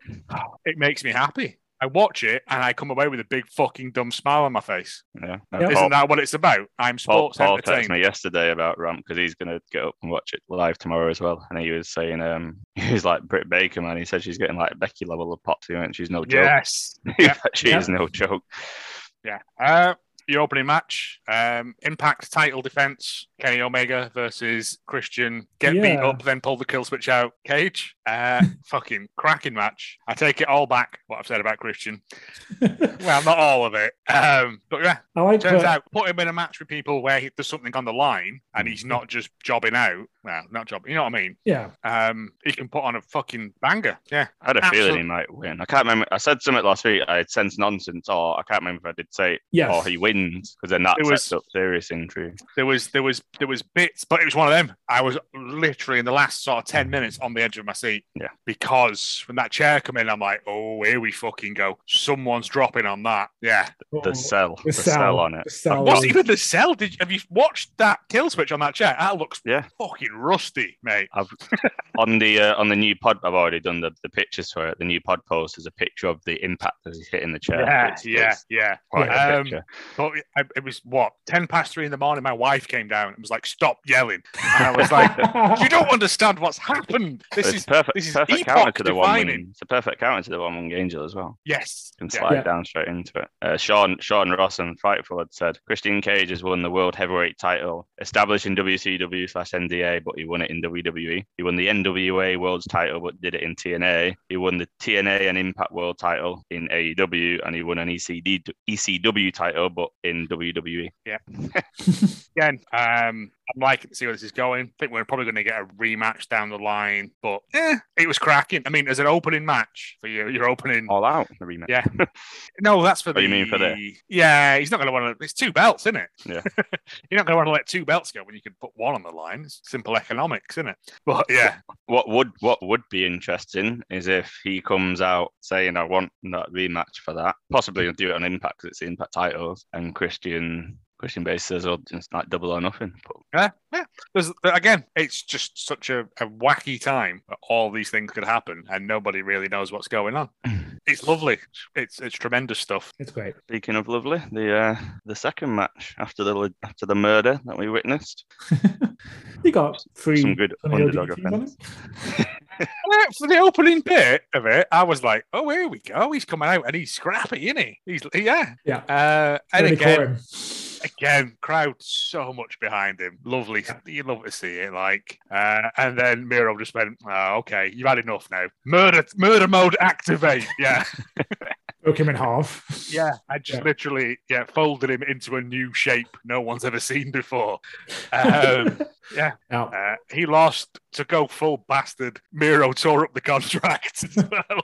it makes me happy i watch it and i come away with a big fucking dumb smile on my face
Yeah.
Yeah.
Paul-
isn't that what it's about? I'm
Paul,
sports
Paul texted
entertainment.
me yesterday about Ramp because he's going to get up and watch it live tomorrow as well. And he was saying, um, <laughs> he was like Britt Baker, man. He said she's getting like Becky level of pop to and she's no joke.
Yes.
<laughs>
Yeah.
she
Yeah.
is no joke.
yeah. Uh, the opening match, um, Impact title defense, Kenny Omega versus Christian. Get beat
Yeah.
up, then pull the kill switch out. Cage, <laughs> uh, fucking cracking match. I take it all back. What I've said about Christian. Well, not all of it. Um, but yeah,
I like
turns
that.
out put him in a match with people where he, there's something on the line and he's not just jobbing out. Well, not jobbing. You know what I mean?
Yeah.
Um, he can put on a fucking banger. Yeah.
I had a
Absolute-
feeling he might win. I can't remember. I said something last week. I had sense nonsense, or I can't remember if I did say, it,
Yes.
or Oh, he wins because then that
It
sets
was-
up serious intrigue.
there was there was there was bits, but it was one of them. I was literally in the last sort of ten minutes on the edge of my seat.
Yeah.
Because when that chair come in, I'm like, oh, here we fucking go. Someone's dropping on that. Yeah.
The cell,
Oh, The
the
cell.
cell on it.
The cell.
What's even the cell? Did you, have you watched that kill switch on that chair? That looks
Yeah.
fucking rusty, mate.
I've on the uh, on the new pod. I've already done the, the pictures for it. The new pod post is a picture of the impact as he's hitting the chair.
Yeah,
It's-
yeah,
it's
yeah.
quite a
Um,
picture.
But it, I- it was what ten past three in the morning. My wife came down and was like, "Stop yelling!" And I
<laughs>
was like, "You don't understand what's happened. This
It's
is
perfect.
this is
perfect counter to the one.
epoch-defining.
wing- It's a perfect counter to the one wing angel as well.
yes."
can
Yeah.
slide
Yeah.
down straight into it. Uh, Sean Sean Ross and Fightful had said Christian Cage has won the world heavyweight title, established in WCW slash NDA, but he won it in WWE. He won the NWA World's title, but did it in TNA. He won the TNA and Impact World title in AEW, and he won an E ECD, ECW title, but in E." WWE.
again. Um, I'm liking to see where this is going. I think we're probably going to get a rematch down the line, but eh, it was cracking. I mean, as an opening match for you, you're opening.
All out the rematch.
Yeah. No, that's for
Oh,
the.
you mean for the-
Yeah, he's not going to want to. It's two belts, isn't it?
Yeah.
<laughs> you're not going to want to let two belts go when you can put one on the line. It's simple economics, isn't it? But yeah,
What would what would be interesting is if he comes out saying I want that rematch for that. Possibly do it on Impact because it's the Impact titles, and Christian Christian Base says, "Oh, it's like double or nothing." But
yeah, yeah. There's, but again, it's just such a, a wacky time. that All these things could happen, and nobody really knows what's going
<clears throat>
on. it's lovely. It's it's tremendous stuff.
<laughs> It's great.
speaking of lovely, the uh, the second match after the li- after the murder that we witnessed,
You got three.
some good
some
underdog
LGBTs on
offense.
it.
Uh, for the opening bit of it, I was like, "Oh, here we go. He's coming out and he's scrappy, isn't he? He's yeah,
Yeah.
Uh, and
Really
again,
caught him.
again, crowd so much behind him. Lovely, you love to see it. Like, uh, and then Miro just went, oh, "Okay, you've had enough now. Murder, murder mode activate. <laughs> Yeah,
It broke him in half. <laughs>
Yeah, I just
Yeah.
literally yeah folded him into a new shape no one's ever seen before. Um,
Now,
uh, he lost to go full bastard. Miro tore up the
<laughs>
contract as well,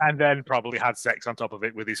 and then probably had sex on top of it with his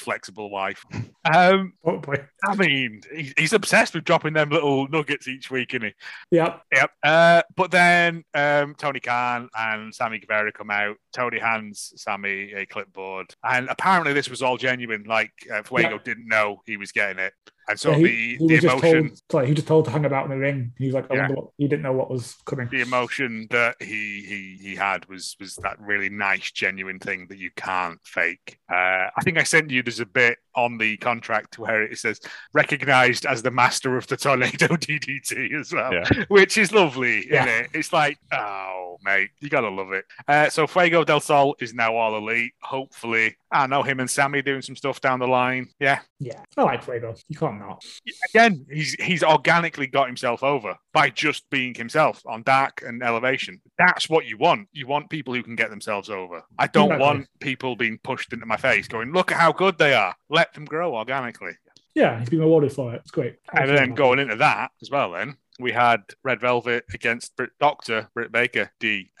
<laughs>
flexible wife. Um,
hopefully.
I mean, he, he's obsessed with dropping them little nuggets each week, isn't he?
Yeah.
Yep. Uh, but then um, Tony Khan and Sammy Guevara come out. Tony hands Sammy a clipboard, and apparently this was all genuine. Like uh, Fuego
Yeah.
didn't know he was getting it, and so
Yeah,
the the
was just
emotion,
told, sorry, he was just told to hang about in the ring. He was like, I
Yeah.
wonder what, he didn't know what was coming.
the emotion that he he he had was was that really nice, genuine thing that you can't fake. Uh, I think I sent you. There's a bit on the contract where it says recognized as the master of the tornado <laughs> DDT as well.
Yeah.
which is lovely,
Yeah.
isn't it? It's like, oh, mate, you gotta love it. Uh, so Fuego del Sol is now all elite. Hopefully, I know him and Sammy doing some stuff down the line. Yeah,
Yeah. I like Fuego. You can't not.
again, he's he's organically got himself over by just being himself on Dark and Elevation. That's what you want. You want people who can get themselves over. I don't
Exactly.
want people being pushed into my face, going, "Look at how good they are." Let them grow organically.
Yeah, he's been rewarded for it. It's great.
And then going into that as well, then we had Red Velvet against Brit Doctor Britt Baker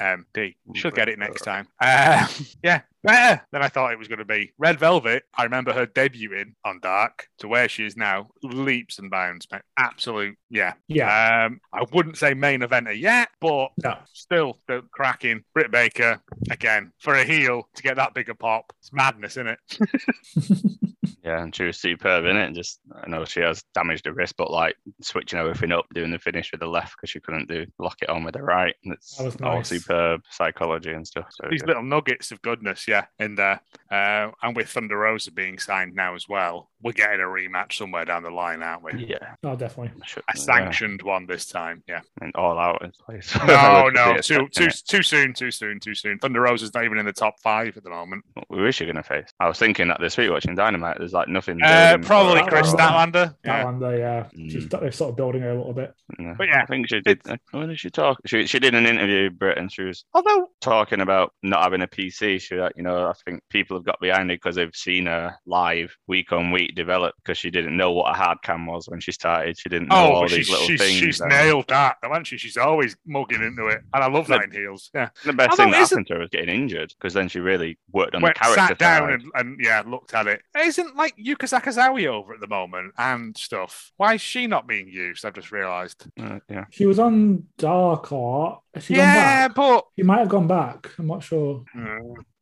DMD. She'll get it next time. Um, <laughs> yeah, better than I thought it was going to be. Red Velvet. I remember her debuting on Dark to where she is now, leaps and bounds. mate. Absolute, yeah.
Yeah.
Um, I wouldn't say main eventer yet, but
No.
still the cracking. Britt Baker again for a heel to get that bigger pop. It's madness, isn't it?
Yeah, and she was superb in it. And just, I know she has damaged her wrist, but like switching everything up, doing the finish with the left because she couldn't do lock it on with the right. And it's
That was
all
nice.
superb psychology and stuff. So
these
good.
little nuggets of goodness, yeah, in there. Uh, and with Thunder Rosa being signed now as well, we're getting a rematch somewhere down the line, aren't we?
yeah,
Oh, definitely.
Should-
A sanctioned one this time, yeah.
yeah, and all out in place. <laughs>
No,
With the
no,
bit of
too,
tech in
too,
it.
too soon, too soon, too soon. Thunder Rosa's not even in the top five at the moment.
Who is she gonna face? I was thinking that this week watching Dynamite. There's like nothing.
Uh,
building for
probably
her
Chris
overall.
Statlander.
Statlander.
That
Yeah.
one, they, uh, she's
Mm.
they're sort of building her a little bit.
Yeah.
But yeah,
I think she did. uh, When did she talk? She she did an interview, Brit, and she was
although
talking about not having a PC. She, was like, you know, I think people have got behind her because they've seen her live week on week develop because she didn't know what a hard cam was when she started. She didn't know
oh,
all
but she's,
these little
she's,
things.
she's
and
nailed that, though, hasn't she? She's always mugging into it, and I love
No.
that in heels. Yeah,
the best
Although
thing that
isn't-
happened to her was getting injured because then she really worked on
went
the character
sat down
side.
and, and yeah, looked at it. Isn't like Yuka Sakazawa over at the moment and stuff. Why is she not being used? I've just realised.
Uh, yeah,
She was on Dark Art. Has she gone
Yeah,
back?
but
She might have gone back. I'm not sure.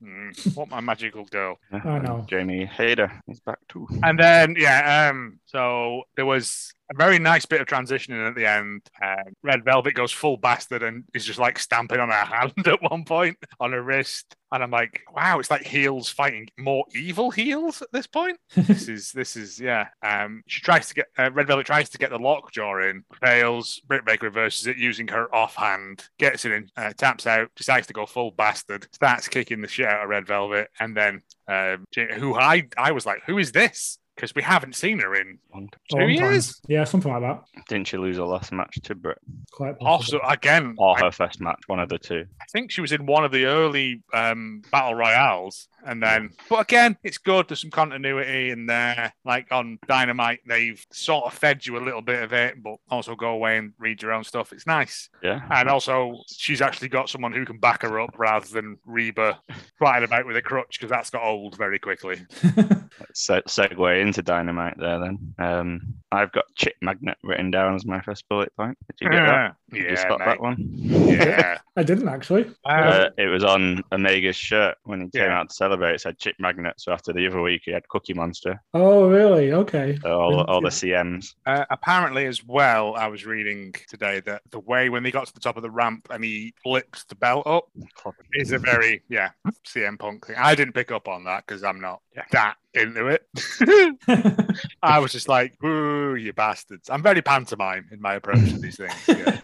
Mm, what my magical girl.
yeah.
I know.
Jamie Hayter is back too.
And then yeah, um, so there was a very nice bit of transitioning at the end. Um, Red Velvet goes full bastard and is just like stamping on her <laughs> hand at one point on her wrist, and I'm like, wow, it's like heels fighting more evil heels at this point. this is this is yeah. Um, she tries to get uh, Red Velvet tries to get the lockjaw in, fails. Britt Baker reverses it using her offhand, gets it in, uh, taps out, decides to go full bastard, starts kicking the shit out of Red Velvet, and then um, Ja- who I I was like, who is this? Because we haven't seen her in
A
two
long time.
years.
Yeah, something like that.
Didn't she lose her last match to Brit
Quite possible.
Also, again,
or
I,
her first match? One of the two.
I think she was in one of the early um, battle royales, and then, but again, it's good. There's some continuity in there. Like on Dynamite, they've sort of fed you a little bit of it, but also go away and read your own stuff. It's nice.
Yeah,
And also, she's actually got someone who can back her up rather than Reba riding about with a crutch because that's got old very quickly.
se- segue into dynamite there then. Um, I've got chip magnet written down as my first bullet point. Did you get
<laughs>
that? Did you
Yeah,
spot
mate.
that one?
yeah.
<laughs> I didn't actually.
<laughs> Uh, it was on Omega's shirt when he came
Yeah.
out to celebrate. It said chip magnet. So after the other week, he had Cookie Monster.
Oh, really? Okay.
So all,
Didn't
all
see
the CMs.
Uh, apparently, as well, I was reading today that the way when they got to the top of the ramp and he flipped the belt up is a very yeah CM Punk thing. I didn't pick up on that because I'm not that into it. <laughs> I was just like, "Ooh, you bastards!" I'm very pantomime in my approach to these things. Yeah.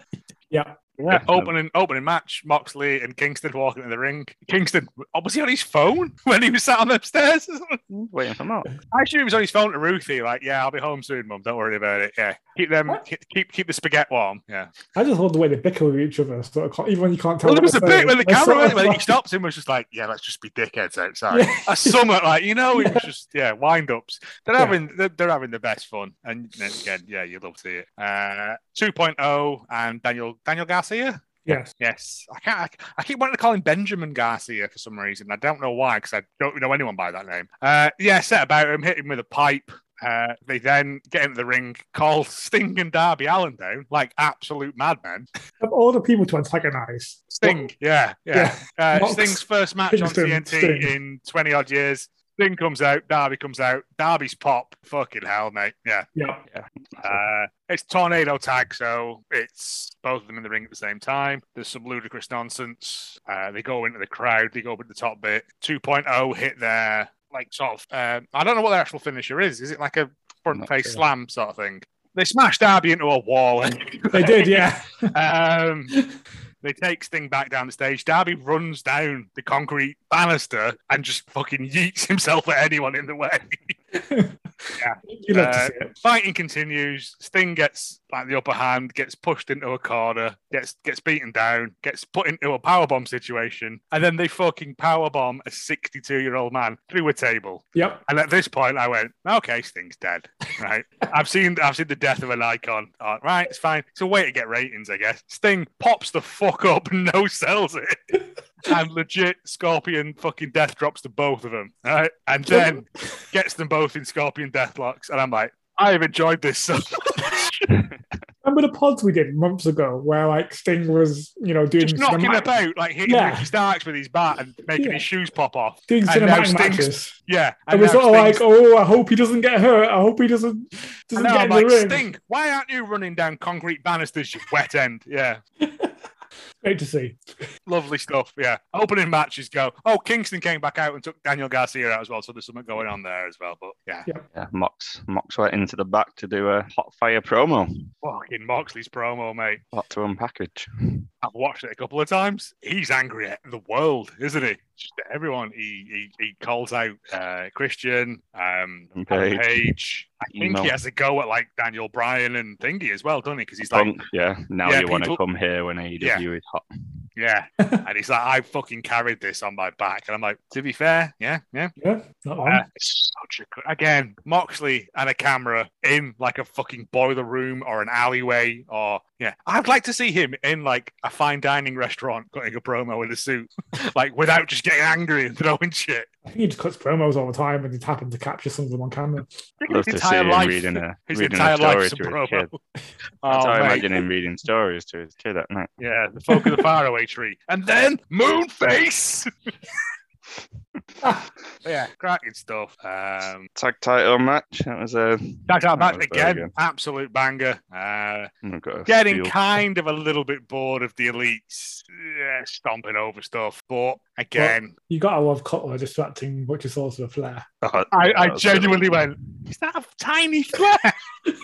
yeah.
Yeah.
Opening opening match, Moxley and Kingston walking in the ring. Kingston was he on his phone <laughs> when he was sat on the stairs?
Waiting for Mark.
I assume he was on his phone to Ruthie, like, yeah, I'll be home soon, mum. Don't worry about it. Yeah. Keep them
What?
keep- keep keep the spaghetti warm. Yeah.
I just love the way they bicker with each other. So I can't- even when you can't tell.
Well, there
what
was a
they're
bit
saying,
when the
they're
camera
sort of
went, when he
like-
stopped him was just like, yeah, let's just be dickheads outside.
<laughs> Yeah.
A summer, like you know, it was just yeah, wind ups. They're
Yeah.
having they're, they're having the best fun, and then again, yeah, you love to see it. Uh, 2.0 and Daniel Daniel Garcia.
Yes.
Yes, I can't. I, I keep wanting to call him Benjamin Garcia for some reason. I don't know why, because I don't know anyone by that name. Uh, yeah, set about him, hit him with a pipe. Uh, they then get into the ring, call Sting and Darby Allen down like absolute madmen.
Of all the people to antagonize,
Sting, yeah, yeah. Uh,
Mox,
Sting's first
<laughs>
match
Kingston,
on TNT
Sting.
in 20 odd years. Sting comes out, Darby comes out, Darby's pop. Fucking hell, mate. Yeah.
Yeah.
Uh, it's tornado tag, so it's both of them in the ring at the same time. There's some ludicrous nonsense. Uh, they go into the crowd, they go up at the top bit. 2.0 hit their, like, sort of, um, I don't know what their actual finisher is. Is it like a front
Not
face
sure.
slam sort of thing? They smashed Darby into a wall. <laughs>
They did, yeah.
um, they take Sting back down the stage. Darby runs down the concrete banister and just fucking yeets himself at anyone in the way.
You love to
Uh,
see it.
Fighting continues. Sting gets like the upper hand, gets pushed into a corner, gets gets beaten down, gets put into a powerbomb situation, and then they fucking powerbomb a 62-year-old man through a table.
Yep.
And at this point, I went, okay, Sting's dead, <laughs> right? I've seen, I've seen the death of an icon. All right, it's fine. It's a way to get ratings, I guess. Sting pops the fuck up, <laughs> no sells it,
<laughs>
and legit Scorpion fucking death drops to both of them, all right? And then gets them both in Scorpion deathlocks, and I'm like, I have enjoyed this so much.
Remember the pods we did months ago where like Sting was, you know, doing
Just knocking
cinematic-
about, like hitting
Yeah.
Ricky Starks with his bat and making
Yeah.
his shoes pop off.
doing
and now
cinematic
Sting's-
matches.
Yeah,
I
and
was
now
sort of
Sting's-
like, oh, I hope he doesn't get hurt. I hope he doesn't doesn't
And now
get
I'm
in
like,
the ring.
Sting, why aren't you running down concrete banisters, you wet end? Yeah.
Great to see.
Lovely stuff. Yeah. Opening matches go. Oh, Kingston came back out and took Daniel Garcia out as well. So there's something going on there as well. But yeah.
Yeah.
Yeah, Mox. Mox went into the back to do a hot fire promo.
Fucking Moxley's promo, mate.
Lot to unpackage.
I've watched it a couple of times. He's angry at the world, isn't he? Just at everyone. He he, he calls out uh, Christian, um,
And
Adam
Page.
Page. I think
Emo.
he has a go at like Daniel Bryan and Thingy as well, doesn't he? Because he's like,
Punk, yeah. Now
Yeah,
you want to
people-
come here when AEW is hot.
yeah. and he's like, I fucking carried this on my back. And I'm like, to be fair, yeah, yeah.
Yeah, not long.
Uh, it's such a good- again Moxley and a camera in like a fucking boiler room or an alleyway or yeah I'd like to see him in like a fine dining restaurant cutting a promo in a suit <laughs> like without just getting angry and throwing shit
I think he just cuts promos all the time and he's happened to capture some of them on camera.
His
Love to see
entire
him
life-
reading a
his
reading
entire
a story
life
to
is a
his
promo
kid. That's how I
Oh, mate.
imagine him reading stories to his kid at night.
yeah the folk of the faraway tree and then Moonface yeah cracking stuff um
Tag title match. That was uh, oh, a.
that's our
That
match
was very
again
good.
absolute banger uh
I've got a
getting
feel-
kind of a little bit bored of the elites yeah, stomping over stuff. But again,
You gotta love Cutler distracting, which is also a flair.
<laughs> Oh,
I, I
that was
genuinely
really-
went, is that a tiny flare? <laughs>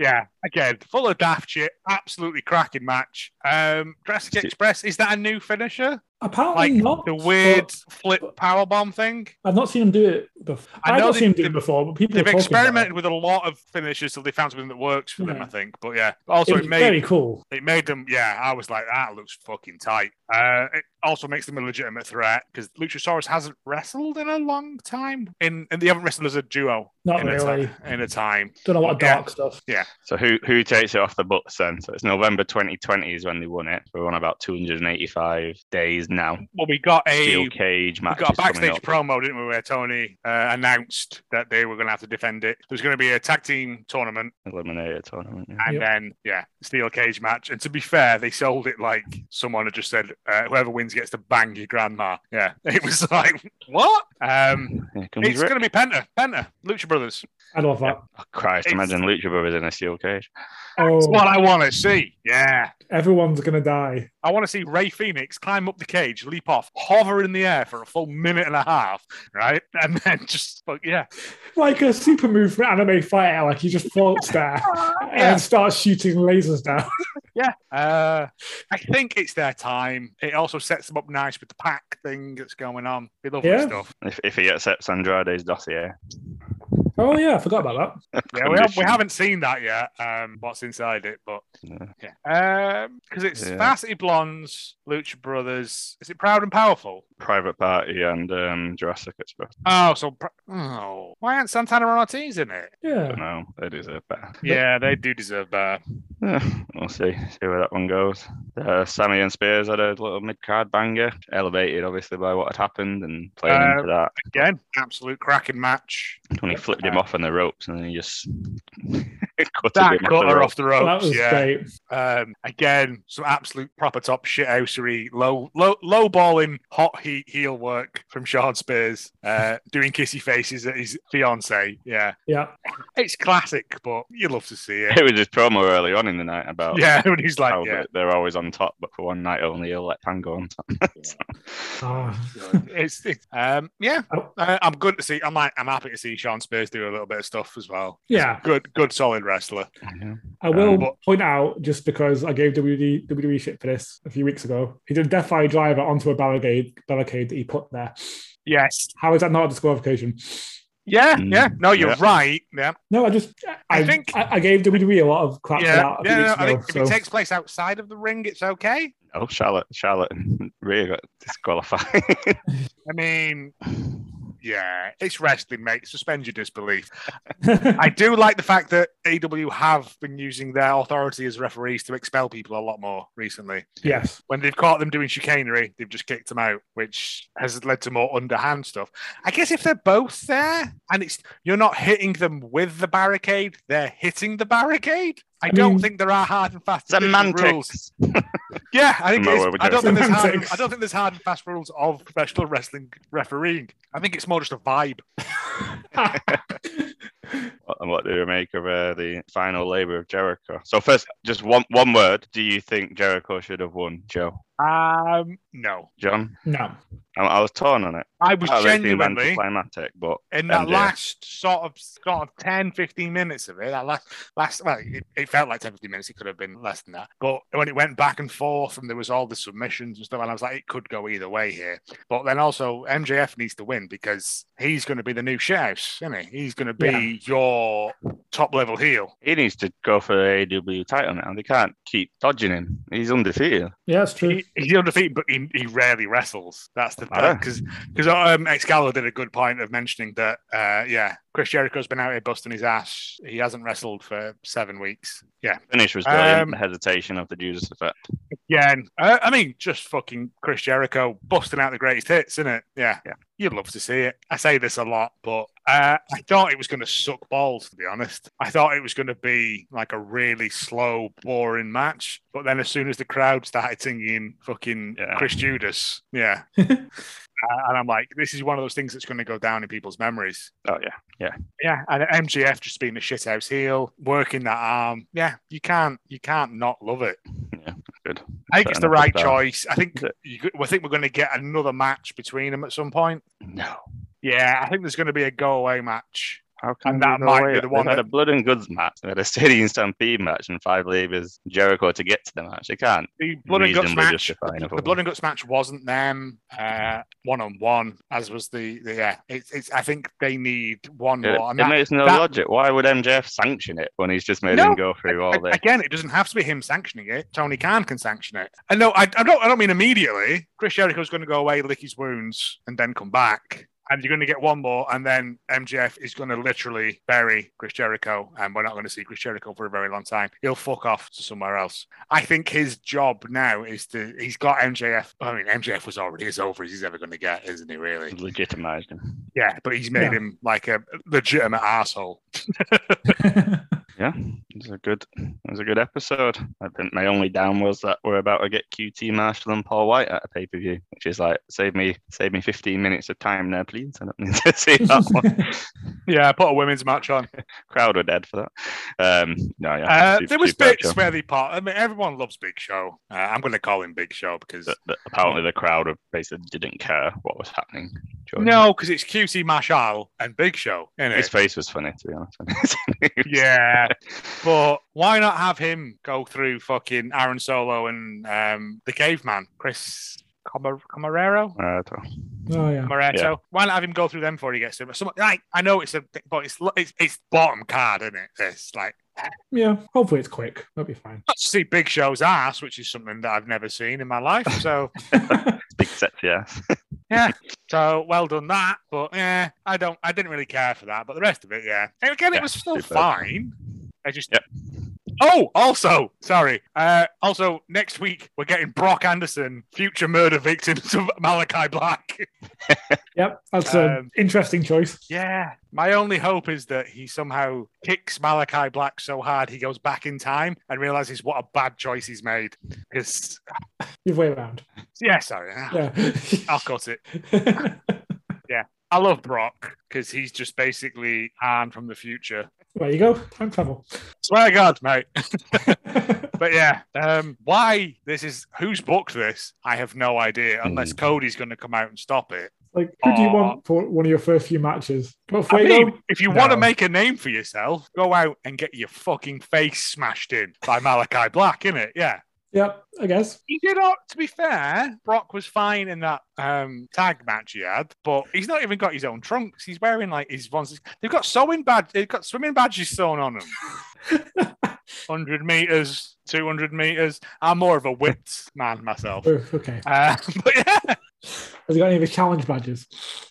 yeah, again, full of daft shit. Absolutely cracking match. Um, Jurassic
Is it-
Express, is that a new finisher?
Apparently
Like
not.
the weird
but
flip powerbomb thing?
I've not seen him do it before.
I
I've
know
not
they-
seen him do it
they-
before, but people
They've
are talking
experimented with a lot of finishes till they found something that works for them,
Yeah.
I think. But yeah,
About it.
also
It
it
was
made
very cool.
It made them, yeah. I was like, that looks fucking tight. Uh, it also makes them a legitimate threat because Luchasaurus hasn't wrestled in a long time, in, and they haven't wrestled as a duo
Not
in, a,
really.
ti- in a time.
Done a lot of
Yeah.
dark stuff.
So who who takes it off the books then? So it's November 2020 is when they won it. We're on about 285 days now.
Well, we got a
Steel cage
we
match.
got a backstage promo, didn't we, where Tony uh, announced that they were going to have to defend it. There's going to be a tag team tournament,
Eliminator tournament. yeah.
and
Yep.
then yeah, steel cage match. And to be fair, they sold it like someone had just said, uh, whoever wins gets to bang your grandma. Yeah, <laughs> it was like what? Um,
Here comes
it's
Rick.
going to be Penta, Penta, Lucha Brothers.
I love that.
Oh, Christ,
it's-
imagine Lucha Brothers in a steel cage.
That's what
Oh,
I want to see. Yeah,
everyone's gonna die.
I want to see Ray Phoenix climb up the cage, leap off, hover in the air for a full minute and a half, right, <laughs> and then just fuck yeah,
Like a super move from anime fighter, like he just floats
<laughs>
there
Yeah.
and starts shooting lasers down. <laughs>
Yeah. Uh, I think it's their time. It also sets them up nice with the pack thing that's going on. They love
Yeah.
this stuff.
If, if he accepts Andrade's dossier.
Oh yeah, I forgot about that.
Yeah, we, have, we
Condition.
haven't seen that yet. Um, what's inside it, but
No.
yeah, because it's
Yeah.
Varsity Blondes, Lucha Brothers. Is it Proud and Powerful?
Private Party and um, Jurassic Express.
Oh, so pr- oh, why aren't Santana and Ortiz in it?
Yeah.
No, they deserve better.
Yeah, they do deserve better.
Yeah, we'll see. See where that one goes. Uh, Sammy and Spears had a little mid-card banger, elevated obviously by what had happened and playing
Uh,
into that.
Again, absolute cracking match.
When he flipped him off on the ropes and then he just <laughs> cut
That
him off
cut
the
her
ropes.
off the
that
ropes.
was
yeah.
great.
Um, again, some absolute proper top shithousery, low, low, low balling, hot heat heel work from Sean Spears, <laughs> uh, doing kissy faces at his fiance. Yeah,
Yeah.
it's classic, but you love to see
<laughs>
it.
It was his promo early on in the night about
Yeah, <laughs> when he's like,
how
yeah,
they're always on top, but for one night only he'll let Pan go on top. <laughs>
Ah.
<laughs> it's, it's um, yeah. Uh, I'm good to see. I'm like, I'm happy to see Sean Spears do a little bit of stuff as well.
yeah.
Good, good, solid wrestler.
I will
Um,
point out just because I gave WD, WWE shit for this a few weeks ago. He did a Death Eye driver onto a barricade barricade that he put there.
Yes.
How is that not a disqualification?
Yeah.
Mm.
Yeah. No, you're
Yeah.
right. Yeah.
No, I just I,
I
I
think-
think I, I gave WWE a lot of crap
Yeah.
for that. A few
Yeah. no,
weeks
I
ago,
think if it
so-
takes place outside of the ring, it's okay.
Oh, Charlotte, Charlotte and Rhea got disqualified.
I mean, yeah, it's wrestling, mate. Suspend your disbelief. I
I,
do like the fact that AW have been using their authority as referees to expel people a lot more recently.
<laughs> yes,
When they've caught them doing chicanery, they've just kicked them out, which has led to more underhand stuff. I guess if they're both there and it's you're not hitting them with the barricade, they're hitting the barricade. I,
I
don't
mean-
think there are hard and
<laughs>
fast written rules.
Semantics.
Yeah, I think
No,
it is.
I would
I don't
go
think there's hard.
semantics.
I don't think there's hard and fast rules of professional wrestling refereeing. I think it's more just a vibe.
What- And what do you make of uh, the final labor of Jericho? So first, just one one word. Do you think Jericho should have won, Joe?
Um, no,
John,
no,
I, I was torn on it.
I was
That really seemed
genuinely
anticlimactic, but
in that
MJF.
last sort of sort of 10, 15 minutes of it. That last last well, it, it felt like 10, 15 minutes. It could have been less than that. But when it went back and forth, and there was all the submissions and stuff, and I was like, it could go either way here. But then also MJF needs to win because he's going to be the new shithouse, isn't he? He's going to be your top level heel.
he needs to go for the AW title now. They can't keep dodging him. He's undefeated.
yeah, it's true.
he, he's undefeated, but he, he rarely wrestles. That's the
I know.
because because um, Excalibur did a good point of mentioning that. Uh, yeah, Chris Jericho's been out here busting his ass. He hasn't wrestled for seven weeks. Yeah,
Finish was brilliant.
Um,
the hesitation of the Judas effect.
yeah. And, uh, I mean, just fucking Chris Jericho busting out the greatest hits, isn't it? Yeah,
Yeah.
You'd love to see it. I say this a lot, but uh, I thought it was going to suck balls. To be honest, I thought it was going to be like a really slow, boring match. But then, as soon as the crowd started singing "fucking
Yeah.
Chris Judas," yeah, Uh, and I'm like, this is one of those things that's going to go down in people's memories.
Oh yeah,
Yeah, and MGF just being a shithouse heel, working that arm. Yeah, you can't, you can't not love it.
Yeah, good.
I think it's the
enough
right
with that.
choice. I think
Is it?
you, g- I think we're going to get another match between them at some point.
no.
Yeah, I think there's going to be a go away match.
How can
And
they
that
go
might be
away?
the
They've
one
had
that-
a blood and goods match. They had a <laughs> stadium stampede match and five labors Jericho to get to the match. They can't.
The blood and guts
reasonably
match.
justify another
The
one.
blood and guts match wasn't them uh, one on one, as was the, the yeah. It's, it's I think they need one
It,
more. And
it
that-
makes no
that-
logic. Why would MJF sanction it when he's just made
No,
him go through all
A-
this?
Again, it doesn't have to be him sanctioning it. Tony Khan can sanction it. And no, I, I don't. I don't mean immediately. Chris Jericho's going to go away, lick his wounds, and then come back. And you're going to get one more, and then MJF is going to literally bury Chris Jericho, and we're not going to see Chris Jericho for a very long time. He'll fuck off to somewhere else. I think his job now is to. He's got MJF. I mean, MJF was already as over as he's ever going to get, isn't he? Really?
Legitimized him.
Yeah, but he's made
Yeah.
him like a legitimate asshole.
Yeah, it was a good, it was a good episode. I think my only down was that we're about to get QT Marshall and Paul White at a pay per view, which is like save me, save me fifteen minutes of time there, please. I don't need to <laughs> see that
<laughs>
one.
Yeah, put a women's match on.
Crowd were dead for that. Um, no, yeah,
Uh,
super-
there was
superb
bits
show.
where they part. I mean, everyone loves Big Show. Uh, I'm going to call him Big Show because
That- that apparently the crowd were- basically didn't care what was happening. during it.
no, because it's QT Marshall and Big Show, is
his face was funny to be honest. <laughs>
yeah, but why not have him go through fucking Aaron Solo and um, the Caveman, Chris Camar- Camarero?
Uh, so-
<laughs> Oh yeah.
Moreto.
Yeah.
Why not have him go through them before he gets to him? Some, like, I know it's a, but it's it's, it's bottom card, isn't it? This like
Yeah. Hopefully it's quick. That'll be fine.
I see Big Show's ass, which is something that I've never seen in my life. So
big sexy ass.
so well done that. But yeah, I don't, I didn't really care for that. But the rest of it, yeah. And again,
Yeah,
it was still
superb.
fine. I just.
Yep.
Oh, also, sorry. Uh, also, next week we're getting Brock Anderson, future murder victims of Malachi Black. <laughs>
Yep. That's an
Um,
interesting choice.
Yeah. My only hope is that he somehow kicks Malachi Black so hard he goes back in time and realizes what a bad choice he's made. Because,
Your way around.
yeah, sorry. ah,
Yeah. <laughs>
I'll cut it. I love Brock because he's just basically Han from the future.
there you go. Time travel. <laughs>
Swear to God, mate. But yeah, um, why this is who's booked this? I have no idea. Unless Cody's going to come out and stop it.
like, who do you
Aw.
want for one of your first few matches? Come on,
I
Fuego?
mean, if you want to
No.
make a name for yourself, go out and get your fucking face smashed in by Malachi Black, innit? Yeah.
Yep. I guess.
He did all, to be fair, Brock was fine in that um, tag match he had, but he's not even got his own trunks. He's wearing like his ones. They've got sewing bad. They've got swimming badges sewn on them. Hundred meters, two hundred meters. I'm more of a width man myself.
Oh, okay.
Uh, <laughs> but yeah,
Has he got any of his challenge badges?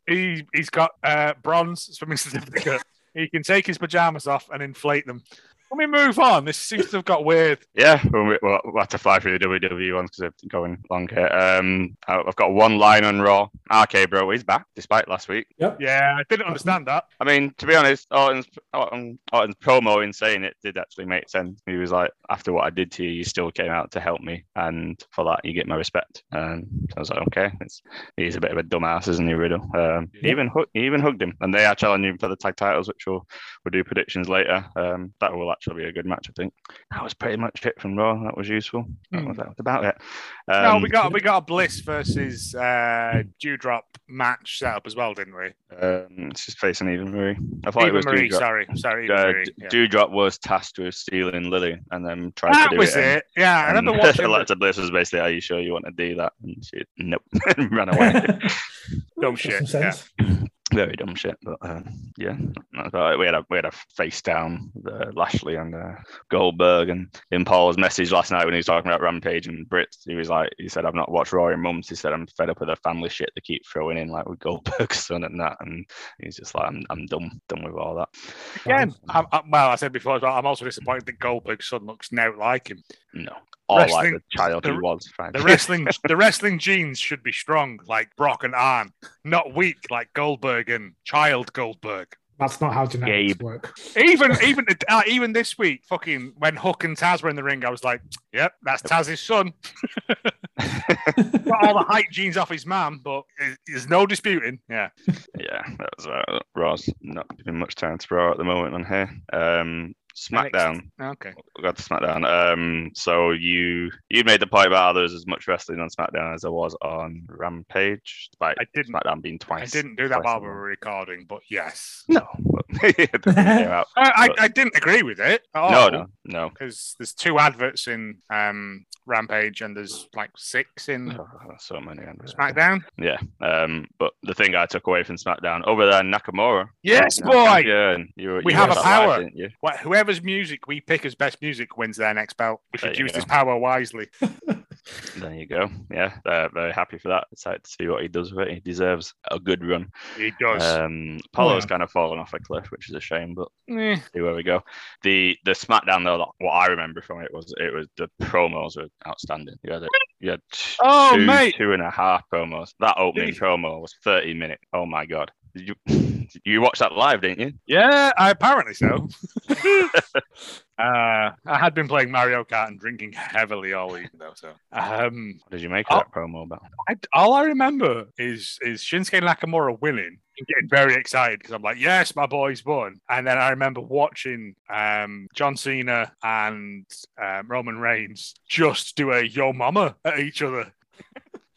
he he's got uh, bronze swimming <laughs> certificate. he can take his pajamas off and inflate them. Let me move on. This seems to have got weird.
<laughs> Yeah, we'll, we'll, we'll have to fly through the WWE ones because they're going long here. Um, I- I've got one line on Raw. RK Bro, he's back despite last week.
Yep.
Yeah, I didn't understand that.
I mean, to be honest, Orton's, Orton, Orton's promo in saying it did actually make sense. He was like, after what I did to you, you still came out to help me. And for that, you get my respect. And so I was like, okay, it's, he's a bit of a dumbass, isn't he, Riddle? Um, he,
Yeah.
even hu- he even hugged him. And they are challenging him for the tag titles, which we'll, we'll do predictions later. Um, that will actually be a good match, I think. That was pretty much it from Raw. That was useful. That,
Hmm.
was, that was about it.
No,
Um,
we got we got
<laughs>
a Bliss versus uh, Dewdrop match set up as well, didn't we?
um, it's just facing Eva Marie. I thought it
Eva
was
Marie,
Dewdrop.
sorry, sorry, Eva
Uh,
Marie.
D-
yeah.
Dewdrop was tasked with stealing Lily and then tried to
That
do
was
it.
it.
and-
Yeah, I
and <laughs>
remember watching. the-
Alexa Bliss was basically, "Are you sure you want to do that?" And she, "Nope," <laughs> and ran
<laughs>
away.
<laughs>
Dumb
Makes
shit,
some sense.
Very dumb shit. But uh, yeah, that's about it. We had a we had a face down uh, Lashley and uh, Goldberg and in Paul's message last night when he was talking about Rampage and Brits, he was like, he said, "I've not watched Raw in months." He said, "I'm fed up with the family shit they keep throwing in, like with Goldberg's <laughs> son and that." And he's just like, "I'm I'm done done with all that."
Again, I'm, i well, I said before, as well, I'm also disappointed that Goldberg's son looks now like him.
No. All like
Wrestling-
the child he
the-
was. Frank.
The
<laughs>
wrestling, the wrestling genes should be strong, like Brock and Arn, not weak like Goldberg and Child Goldberg.
That's not how genetics
Gabe.
work.
Even, even, uh, even this week, fucking when Hook and Taz were in the ring, I was like, "Yep, that's
<laughs>
Taz's son." <laughs> Got all the height genes off his mum, but it- there's no disputing. Yeah.
yeah, that was uh, Raw's not giving much time to Raw at the moment on here. Um, SmackDown.
Okay.
We got to SmackDown. Um, so you you made the point about how there was as much wrestling on SmackDown as there was on Rampage, despite
I didn't.
SmackDown being
I
twice.
didn't do that
twice
while
a
we
month. <laughs>
were recording, but yes.
No, but <laughs> it doesn't care
<laughs>
about-
I,
But-
I, I didn't agree with it. At
no, no, no.
Because there's two adverts in um, Rampage, and there's like six in
Oh, so many. hundreds.
SmackDown.
Yeah. Um, but the thing I took away from SmackDown, other than Nakamura,
Yes,
yeah,
boy.
you, were-
We
you
have
were that
a
live,
power.
didn't you?
Wha- Whoever's music we pick as best music wins their next belt. We
There
should
you
use
go.
this power wisely.
There you go. Yeah, uh, very happy for that. Excited to see what he does with it. He deserves a good run.
He does.
Um, Paulo's kind of fallen off a cliff, which is a shame, but
Eh,
see where we go. The the SmackDown though, that- what I remember from it was it was the promos were outstanding. You had, a, you had two,
Oh, mate.
two and a half promos. That opening
Jeez.
promo was thirty minutes. Oh my god. Did you, <laughs> You watched that live, didn't you?
Yeah, apparently so. <laughs> uh, I had been playing Mario Kart and drinking heavily all evening, though. So um,
What did you make of that promo, Bell?
I, all I remember is is Shinsuke Nakamura winning and getting very excited because I'm like, yes, my boys won. And then I remember watching um, John Cena and um, Roman Reigns just do a yo mama at each other.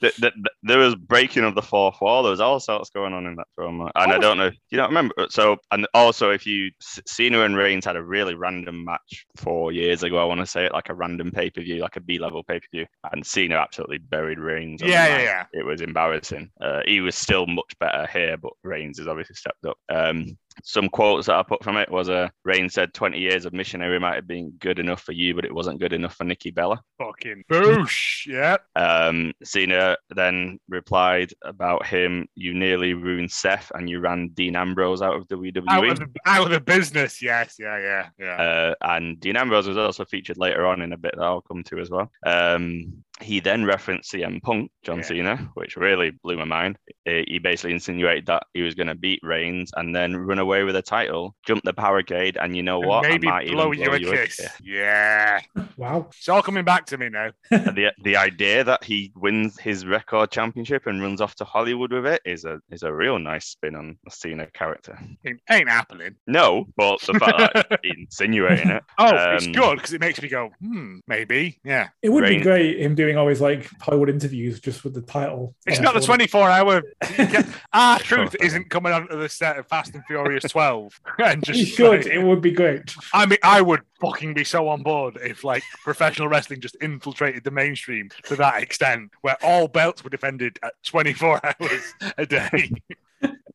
Th- th- th- there was breaking of the fourth wall. There was all sorts going on in that promo, and I
Oh.
don't know. You don't remember? So, and also, if you C- Cena and Reigns had a really random match four years ago, I want to say it like a random pay per view, like a B level pay per view, and Cena absolutely buried Reigns. on the
Yeah, yeah,
mat.
yeah.
It was embarrassing. Uh, he was still much better here, but Reigns has obviously stepped up. Um, some quotes that I put from it was uh, Reigns said, "20 years of missionary might have been good enough for you, but it wasn't good enough for Nikki Bella."
Fucking boosh. Yeah.
Um, Cena then replied about him, you nearly ruined Seth and you ran Dean Ambrose out of WWE.
Out of, the, out of the business. Yes. Yeah, yeah, yeah.
Uh, and Dean Ambrose was also featured later on in a bit that I'll come to as well. Um, he then referenced CM Punk, John
Yeah.
Cena, which really blew my mind. He he basically insinuated that he was going to beat Reigns and then run away with the title, jump the barricade, and you know
And
what? I
Maybe
might even
blow you a kiss. Yeah.
Wow.
It's all coming back to me now.
the the idea that he wins his record championship and runs off to Hollywood with it is a is a real nice spin on the Cena character.
It ain't happening.
No, but the fact that he's insinuating it.
Oh, it's
Um,
good because it makes me go, hmm, maybe. Yeah.
It would
Right.
be great him doing all his like Hollywood interviews just with the title.
It's
on
not the
his
24 hour.
shoulder.
Ah, truth
Sure.
isn't coming onto the set of Fast and Furious 12. <laughs> and
<laughs> he
just.
should.
like-
It would be great.
I mean, I would fucking be so on board if like professional wrestling just infiltrated the mainstream to that extent where all belts were defended at 24 <laughs> hours a day.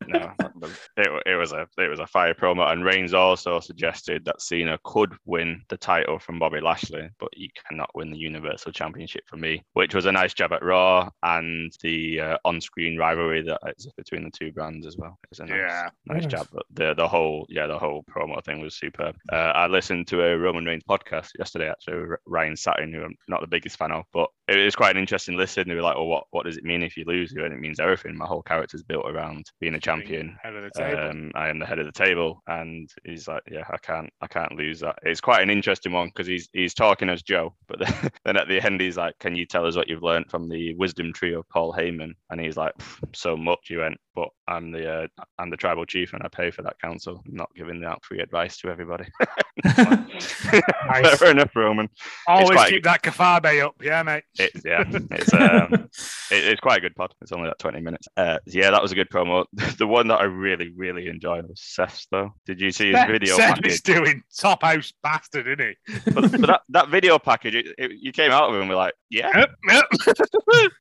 No, that was- it, wa- it was a it was a fire promo, and Reigns also suggested that Cena could win the title from Bobby Lashley, but he cannot win the Universal Championship for me, which was a nice jab at Raw and the uh, on-screen rivalry that exists between the two brands as well. It was a <laughs> nice-
Yeah.
Nice
Nice.
job. But the the whole yeah the whole promo thing was superb. Uh, I listened to a Roman Reigns podcast yesterday actually with Ryan Satin, who I'm not the biggest fan of, but it was quite an interesting listen. They were like, "Well, what what does it mean if you lose?" And it means everything. My whole character's built around being a champion.
Head of the table.
Um, I am the head of the table, and he's like, "Yeah, I can't, I can't lose that." It's quite an interesting one because he's he's talking as Joe, but then, <laughs> then at the end he's like, "Can you tell us what you've learned from the wisdom tree of Paul Heyman?" And he's like, "Pff, "So much." He went, "But I'm the uh, I'm the tribal chief, and I pay for that council. I'm not giving out free advice to everybody." <laughs>
Nice.
Fair enough, Roman.
Always
quite-
keep that kafabe up. Yeah, mate.
It's yeah, it's um,
<laughs>
<laughs>
it, it's quite a good pod. It's only like 20 minutes. Uh, yeah, that was a good promo. <laughs> the one that I really, really enjoyed was Seth's, though. Did you see his
Seth-
video
Seth
package?
is doing top house bastard, isn't he?
but, but that, that video package, it, it, you came out of it and were like, yeah.
Yep, yep.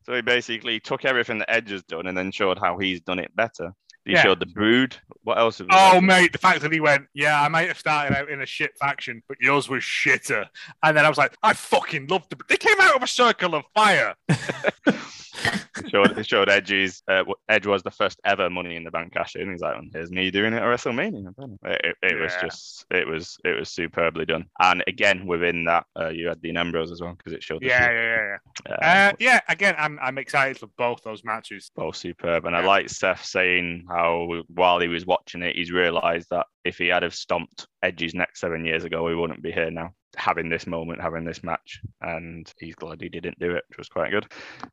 So he basically took everything that Edge has done and then showed how he's done it better. He
Yeah.
showed the brood. What else? have we
Oh,
done?
mate, the fact that he went, yeah, I might have started out in a shit faction, but yours was shitter. And then I was like, I fucking loved them. They came out of a circle of fire.
He showed, he showed Edge's. Uh, w- Edge was the first ever Money in the Bank cash in. He's like, "Well, here's me doing it at WrestleMania. It, it, it was
Yeah.
just, it was, it was superbly done. And again, within that, uh, you had Dean Ambrose as well because it showed. the
Yeah,
Shield,
yeah, yeah. yeah.
um,
Uh, yeah, again, I'm, I'm excited for both those matches.
both Oh, superb. And I
Yeah.
like Seth saying how while he was watching it, he's realised that if he had have stomped Edge's neck seven years ago, we wouldn't be here now. Having this moment, having this match, and he's glad he didn't do it, which was quite good.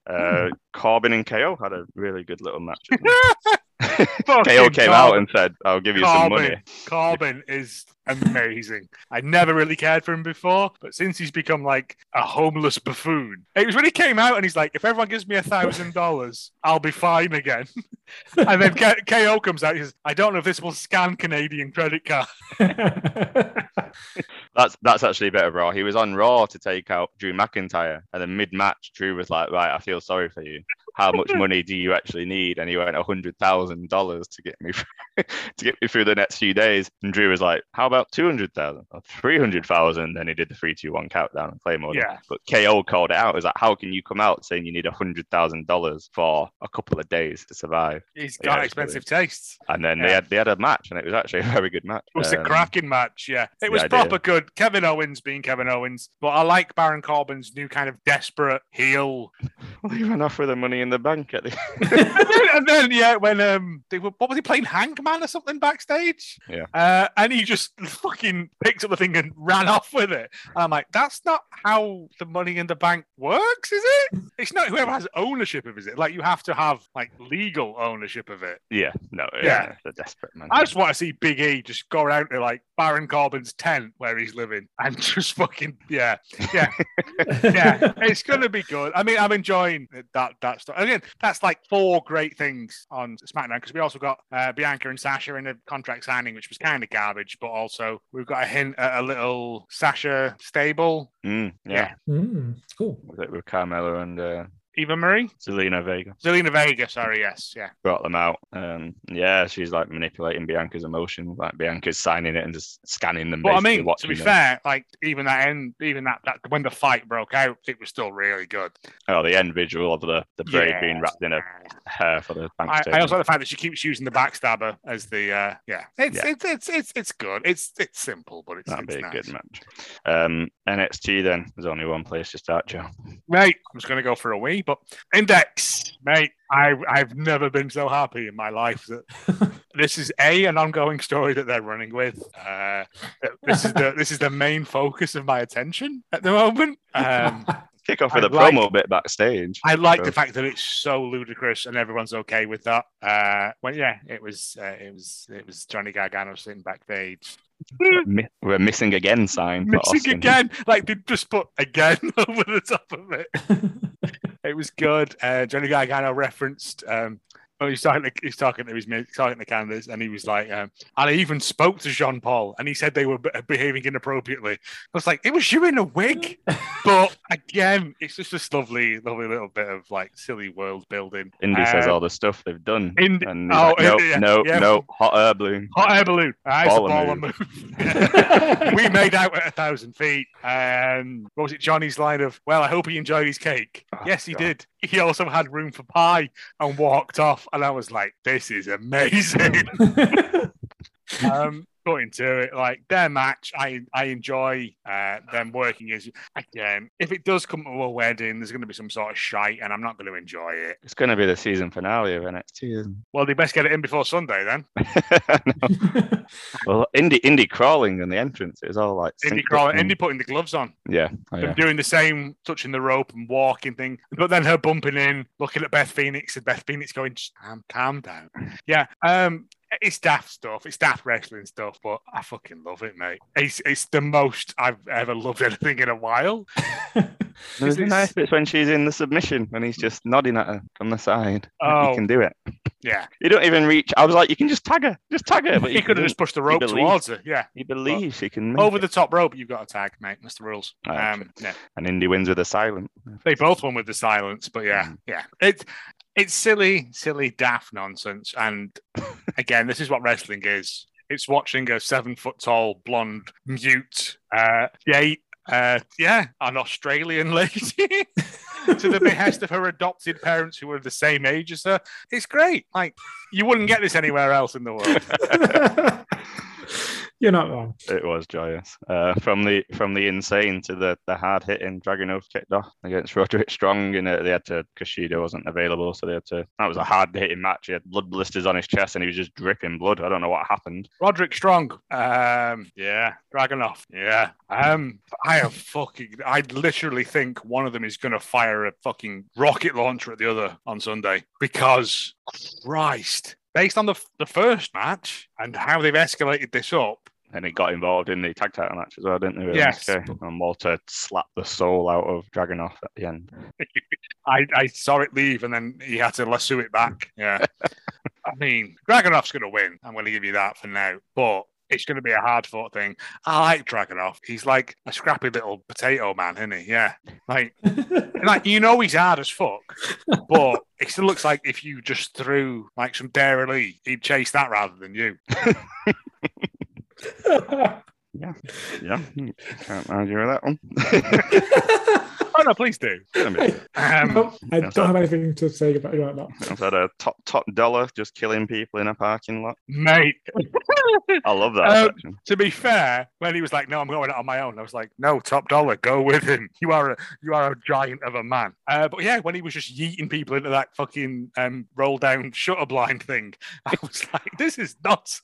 Uh,
Hmm.
Corbin and KO had a really good little
<laughs>
match. didn't they? KO
Fucking
came out and said, "I'll give you some money."
Corbin is amazing. I never really cared for him before, but since he's become like a homeless buffoon, it was when he came out and he's like, if everyone gives me a thousand dollars, I'll be fine again. <laughs> and then K- KO comes out. He says, I don't know if this will scan Canadian credit cards.
That's that's actually a bit of Raw. He was on Raw to take out Drew McIntyre, and then mid-match, Drew was like, "Right, I feel sorry for you. How
<laughs>
much money do you actually need?" And he <laughs> went, hundred thousand dollars to get me to get me through the next few days." And Drew was like, "How about 200,000 or 300,000? Then he did the 321 countdown and Claymore.
Yeah.
But KO called it out. Is like, how can you come out saying you need $100,000 for a couple of days to survive?
He's
Yeah,
got
it's
expensive tastes.
And then they
Yeah.
had they had a match, and it was actually a very good match.
It was a
Um, <laughs>
cracking match, yeah. It
the
was
idea.
proper good. Kevin Owens being Kevin Owens, but I like Baron Corbin's new kind of desperate heel.
Well, he ran off with the money in the bank at the
and, then, and then, yeah, when um, they were, what was he playing, Hangman or something backstage?
Yeah.
Uh, and he just fucking picked up the thing and ran off with it. And I'm like, that's not how the Money in the Bank works, is it? It's not whoever has ownership of it. is it? Like you have to have like legal ownership of it.
Yeah, no,
Yeah.
yeah, the desperate man.
I just want to see Big E just go around to like Baron Corbin's tent where he's living and <laughs> just fucking yeah, yeah. it's gonna be good. I mean, I'm enjoying that that stuff. Again, that's like four great things on SmackDown because we also got uh, Bianca and Sasha in a contract signing, which was kind of garbage, but also we've got a hint at a little Sasha stable.
Mm, yeah,
Yeah.
Mm, cool.
Was it with Carmelo and uh,
Eva Marie,
Selena Vega
Zelina Vega. Sorry, yes, yeah.
brought them out. Um, yeah, she's like manipulating Bianca's emotions, like Bianca's signing it and just scanning them.
But I
basically,
mean, to
watching
be
them.
fair, like even that end, even that, that when the fight broke out, it was still really good.
oh, the end visual of the the braid being wrapped in a hair for the bank
I, I
statement.
also like the fact that she keeps using the backstabber as the uh, yeah. It's,
Yeah.
it's it's it's it's good. It's it's simple, but it's,
That'd
it's
be a
nice.
good match. Um, NXT then. There's only one place to start, Joe.
Mate, I'm just gonna go for a wee, but index, mate. I I've never been so happy in my life that this is a an ongoing story that they're running with. Uh, this is the this is the main focus of my attention at the moment. Um,
Kick off with
I
a
like-
promo bit backstage.
I like
Sure.
the fact that it's so ludicrous and everyone's okay with that. Uh, well, yeah, it was uh, it was it was Johnny Gargano sitting backstage.
Mi- We're missing again sign. for
missing
Austin.
again. Like they just put again <laughs> over the top of it. It was good. Uh, Johnny Gargano referenced. Um, well, he's talking. To, he's talking to his mate- he's talking to Candace, and he was like, um, and I even spoke to Jean Paul, and he said they were be- behaving inappropriately. I was like, it was you in a wig, but again, it's just this lovely, lovely little bit of like silly world building.
Indy says
Uh,
all the stuff they've done.
Indy-
and he's
oh,
like,
<laughs>
no,
Indy, yeah,
no,
yeah.
no, hot air balloon.
Hot air balloon. Uh, it's a
Baller
baller move. <laughs> we made out at a thousand feet. Um, what was it, Johnny's line of, "Well, I hope he enjoyed his cake."
Oh,
yes, he
God.
did. He also had room for pie and walked off. And I was like, "This
<laughs>
is amazing."
Oh,
um, got into it like their match. I I enjoy uh, them working as again. If it does come to a wedding, there's going to be some sort of shite, and I'm not going to enjoy it.
It's going to be the season finale of NXT. Isn't
Well, they best get it in before Sunday then.
it? <laughs> well, Indy, Indy crawling and the entrance. It was all like
Indy
synced
crawling,
up and-
Indy putting the gloves on.
Yeah, oh,
them
yeah.
<laughs> doing the same touching the rope and walking thing. But then her bumping in, looking at Beth Phoenix, and Beth Phoenix going, "Just calm, calm down. Yeah. Um it's daft stuff. It's daft wrestling stuff, but I fucking love it, mate. It's it's the most I've ever loved anything in a while.
There's a
it's-
nice bits when she's in the submission and he's just nodding at her from the side.
Oh.
you can do it.
Yeah.
You don't even reach. I was like, you can just tag her, just tag her. But
he could have
didn't.
just pushed the rope
believed.
towards her. Yeah.
He believes he can. Make
Over
it.
the top rope, you've got a tag, mate. That's the rules.
Oh,
Um, yeah.
and Indy wins with a silent.
They both won with the silence, but yeah,
Mm.
yeah. It's it's silly, silly, daft nonsense. And again, this is what wrestling is. It's watching a seven foot tall blonde mute uh date uh yeah, an Australian <laughs> lady to the behest of her adopted parents who were the same age as her. It's great. Like you wouldn't get this anywhere else in the world.
<laughs> You're not
<laughs>
wrong. <laughs>
It was joyous. Uh, from the from the insane to the, the hard hitting Dragunov kicked off against <laughs> Roderick Strong, and uh, they had to Kushida wasn't available, so they had to. That was a hard hitting match. He had blood blisters on his chest, and he was just dripping blood. I don't know what happened.
Roderick Strong. Um, yeah. Dragonoff. Yeah. Um, I am fucking. I literally think one of them is going to fire a fucking rocket launcher at the other on Sunday because Christ. Based on the the first match and how they've escalated this up,
And it got involved in the tag title match as well, didn't they? with
Yes.
MSK? And Walter slapped the soul out of Dragunov at the end.
I, I saw it leave and then he had to lasso it back. <laughs> Yeah. I mean, Dragonoff's going to win. I'm going to give you that for now. But it's going to be a hard fought thing. I like Dragonoff. He's like a scrappy little potato man, isn't he? Yeah. Like, like you know, he's hard as fuck. But it still looks like if you just threw like some Dara Lee, he'd chase that rather than you.
Yeah, can't argue with that one. <laughs>
Oh no, please do. Um,
Nope, I don't have anything to say about, about that.
I've had a top top dollar just killing people in a parking lot.
mate,
I love that
Um,
section.
to be fair, when he was like, "No, I'm going out on my own," I was like, "No, top dollar, go with him. You are a you are a giant of a man." Uh, but yeah, when he was just yeeting people into that fucking um, roll down shutter blind thing, I was like, "This is nuts."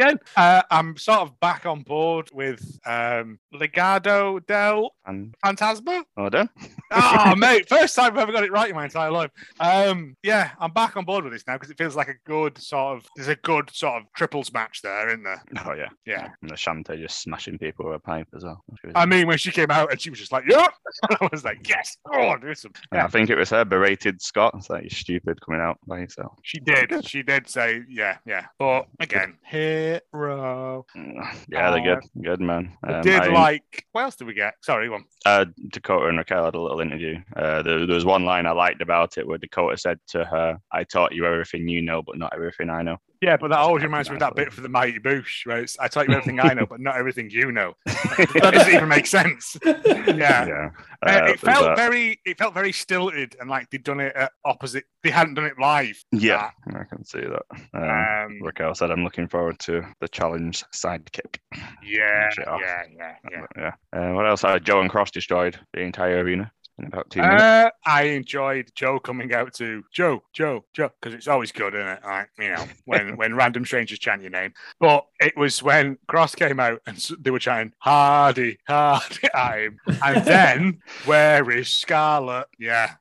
Again, uh, I'm sort of back on board with um, Legado del
And
Fantasma. <laughs>
oh, done.
oh, mate, first time I've ever got it right in my entire life. Um, yeah, I'm back on board with this now because it feels like a good sort of there's a good sort of triples match there, isn't there?
Oh yeah,
Yeah.
And the Shante just smashing people with a pipe as well. She was-
I mean, when she came out and she was just like, <laughs> "Yup," I was like, "Yes, go on, do some."
and I think it was her berated Scott. It's like you're stupid coming out by yourself.
She did. She did say, "Yeah, yeah." But again, hero.
Mm, Yeah, they're
Uh,
good, good man.
I
Um,
did
I-
like. What else did we get? Sorry, one.
uh, Dakota and Raquel had a little interview. Uh, there, there was one line I liked about it where Dakota said to her, "I taught you everything you know, but not everything I know."
Yeah, but that always
That's
reminds me of
nice,
that bit for the Mighty Boosh, where it's, "I taught you everything <laughs> I know, but not everything you <laughs> know." That doesn't even make <laughs> sense.
<laughs>
Yeah.
yeah.
Uh,
Uh,
it felt
but-
very, it felt very stilted, and like they'd done it at opposite. They hadn't done it live.
yeah, I can see that. Um,
Um,
Raquel said, "I'm looking forward to the challenge sidekick."
yeah,
shit off.
yeah, yeah, yeah.
yeah. Uh, what else? Uh, Joe and Cross destroyed the entire arena in about two minutes.
Uh, I enjoyed Joe coming out to Joe, Joe, Joe, because it's always good, isn't it? Like, you know, when when random strangers chant your name. But it was when Cross came out and s- they were chanting Hardy, Hardy <laughs> at him, and then where is Scarlet? Yeah.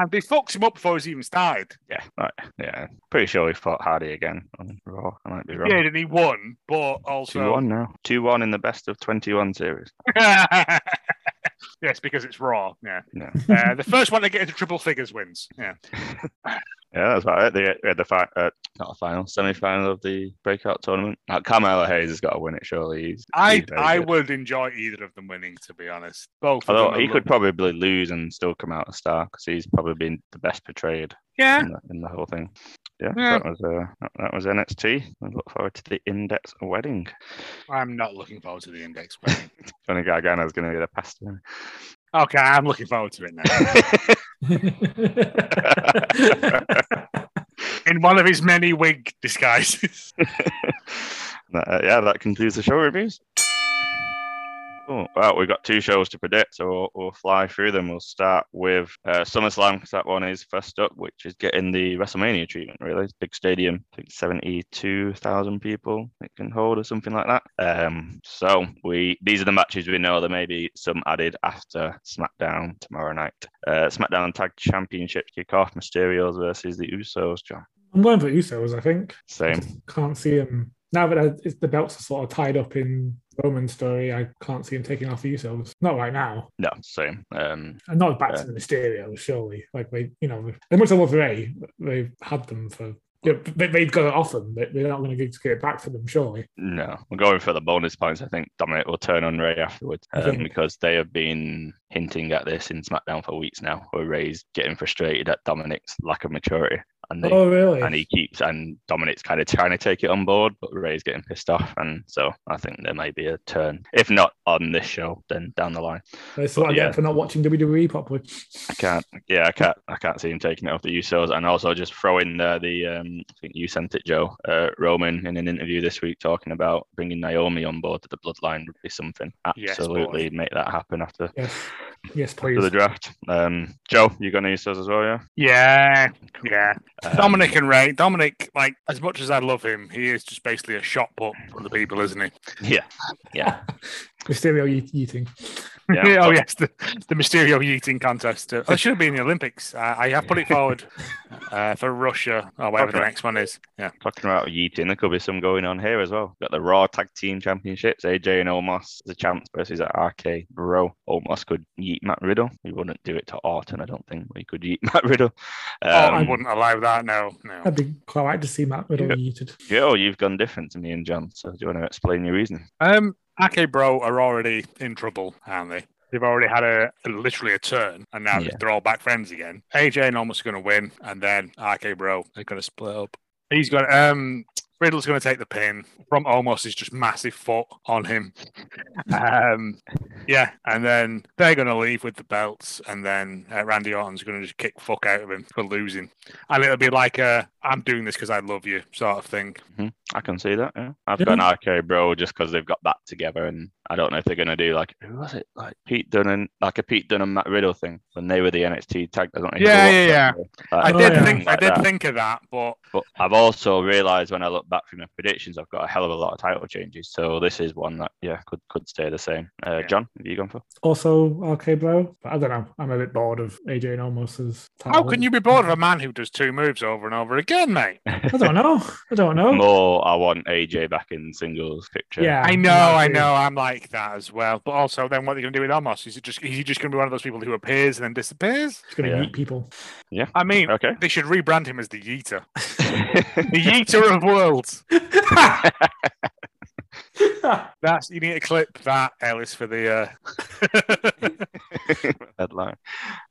And they fucked him up before he's even started.
Yeah, right. Yeah, pretty sure we fought Hardy again on Raw. I might be wrong.
Yeah, and he won, but
Two
also
one now. Two one in the best of twenty one series.
<laughs> yes, because it's raw. Yeah.
Yeah.
Uh, the first one to get into triple figures wins. Yeah.
Yeah, that's about it. They they had the fi- uh, not a final, semi final of the breakout tournament. Now, Carmelo Hayes has got to win it. Surely he's.
I
he's very
I
good.
would enjoy either of them winning, to be honest. Both. of
Although
them are
he could
lo-
probably lose and still come out a star because he's probably been the best portrayed
Yeah.
in, the, in the whole thing. Yeah,
Yeah.
that was uh, that, that was NXT. I look forward to the in-depth wedding.
I'm not looking forward to the index. wedding.
Johnny Gargano's going to get a pass. to him.
okay, I'm looking forward to it now. In one of his many wig disguises. <laughs>
That- uh, yeah, that concludes the show reviews. Oh, well, we've got two shows to predict, so we'll, we'll fly through them. We'll start with uh, SummerSlam because that one is first up, which is getting the WrestleMania treatment, really. It's a big stadium, I think 72,000 people it can hold or something like that. Um, so we these are the matches we know. There may be some added after SmackDown tomorrow night. Uh, SmackDown Tag Championships kick off Mysterios versus the Usos, John.
I'm going for Usos, I think.
Same.
Can't see him. Now that I- it's, the belts are sort of tied up in Roman's story, I can't see him taking off the Usos. Not right now.
No, same. Um,
And not back to the Mysterio, surely. Like, they, you know, as much as I love Ray, they've had them for. Yeah, they, they've got it off them. They, they're not going to get it back for them, surely.
No, we're going for the bonus points. I think Dominic will turn on Ray afterwards
I
um,
think-
because they have been hinting at this in SmackDown for weeks now, where Ray's getting frustrated at Dominic's lack of maturity, and they,
Oh, really?
and he keeps and Dominic's kind of trying to take it on board, but Ray's getting pissed off, and so I think there may be a turn. If not on this show, then down the line.
That's what I
yeah.
get for not watching WWE properly.
I can't. Yeah, I can't. I can't see him taking it off the Usos, and also just throw in there the. Um, I think you sent it, Joe. Uh, Roman in an interview this week talking about bringing Naomi on board to the Bloodline would be something.
Yes, boy.
Absolutely, make that happen after.
Yes. Yes,
after
please.
the draft, um, Joe, you got Usos as well, yeah.
Yeah. Yeah.
Um,
Dominic and Ray. Dominic, like, as much as I love him, he is just basically a shot put for the people, isn't he?
yeah, yeah,
Mysterio ye- eating.
yeah.
<laughs> oh
but-
yes, the, the Mysterio eating contest. Uh, that should have been the Olympics. Uh, I have put it forward uh, for Russia or whatever the
Okay.
next one is. Yeah,
Talking about yeeting, there could be some going on here as well. Got the Raw Tag Team Championships. AJ and Omos the champs versus RK Bro. Omos could yeet Matt Riddle. He wouldn't do it to Orton, I don't think. but He could yeet Matt Riddle.
oh, I
Um,
wouldn't allow that. No, no.
I'd be quite like to see Matt Riddle
Yeah.
yeeted.
Joe, you've gone different to me and John. So do you want to explain your reason?
Um, Ake Bro are already in trouble, aren't they? They've already had a, a- literally a turn, and now
Yeah.
they're all back friends again. AJ and almost going to win, and then RK Bro are going to split up. He's got um Riddle's going to take the pin from almost his just massive foot on him. <laughs> Um, yeah, and then they're going to leave with the belts, and then uh, Randy Orton's going to just kick fuck out of him for losing, and it'll be like a "I'm doing this because I love you" sort of thing.
I can see that. Yeah, I've
Yeah.
got an RK Bro just because they've got that together, and I don't know if they're gonna do like who was it like Pete Dunne, and- like a Pete Dunne and Matt Riddle thing when they were the NXT tag. I don't know who
Yeah,
it
yeah,
was,
yeah.
but,
I
like,
did
yeah.
think I
like
did
that.
think of that, but
But I've also realised when I look back through my predictions, I've got a hell of a lot of title changes. So this is one that yeah could could stay the same. Uh,
Yeah.
John, have you gone for?
Also, RK Bro. But I don't know. I'm a bit bored of AJ and Almos's.
how can you be bored of a man who does two moves over and over again, mate?
I don't know. I don't know.
Oh.
More, I want AJ back in singles picture.
Yeah,
I know,
yeah,
I
do.
know, I'm like that as well. But also, then what are they going to do with Amos? Is it just is he just going to be one of those people who appears and then disappears?
It's going to
Yeah.
eat people.
I mean,
Okay. <laughs>
<laughs> they should rebrand him as the Yeeter, <laughs> the Yeeter of worlds. That's you need to clip that Ellis for the. <laughs> Uh...
headline.
<laughs>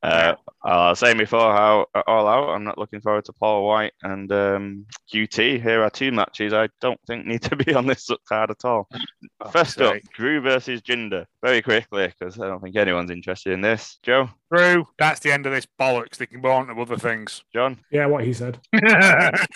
Uh, I was saying before how all out. I'm not looking forward to Paul White and um, QT. Here are two matches I don't think need to be on this <laughs> card at all.
Oh,
First up,
sake.
Drew versus Jinder. Very quickly because I don't think anyone's interested in this. Joe,
Drew, that's the end of this bollocks. They can go on to other <laughs> things.
John,
Yeah, what he said.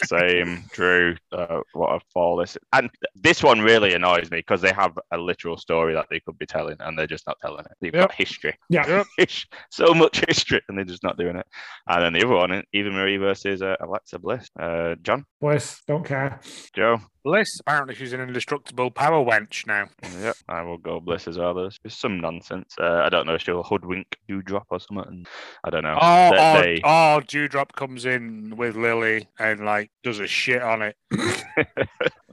same. Drew, uh, what a fall this. And this one really annoys me because they have a literal story that they could be telling and they're just not telling it. They've got <laughs> history.
Yeah.
Yep.
Hish- so much history, and they're just not doing it. And then the other one, Eva Marie versus uh, Alexa Bliss. Uh, John,
Boys, don't care.
Joe,
Bliss, apparently she's an indestructible power wench now.
yep, I will go Bliss as well. There's just some nonsense. Uh, I don't know if she'll hoodwink Dewdrop or something. I don't know.
Oh,
They-
oh,
they-
oh, Dewdrop comes in with Lily and like does a shit on it.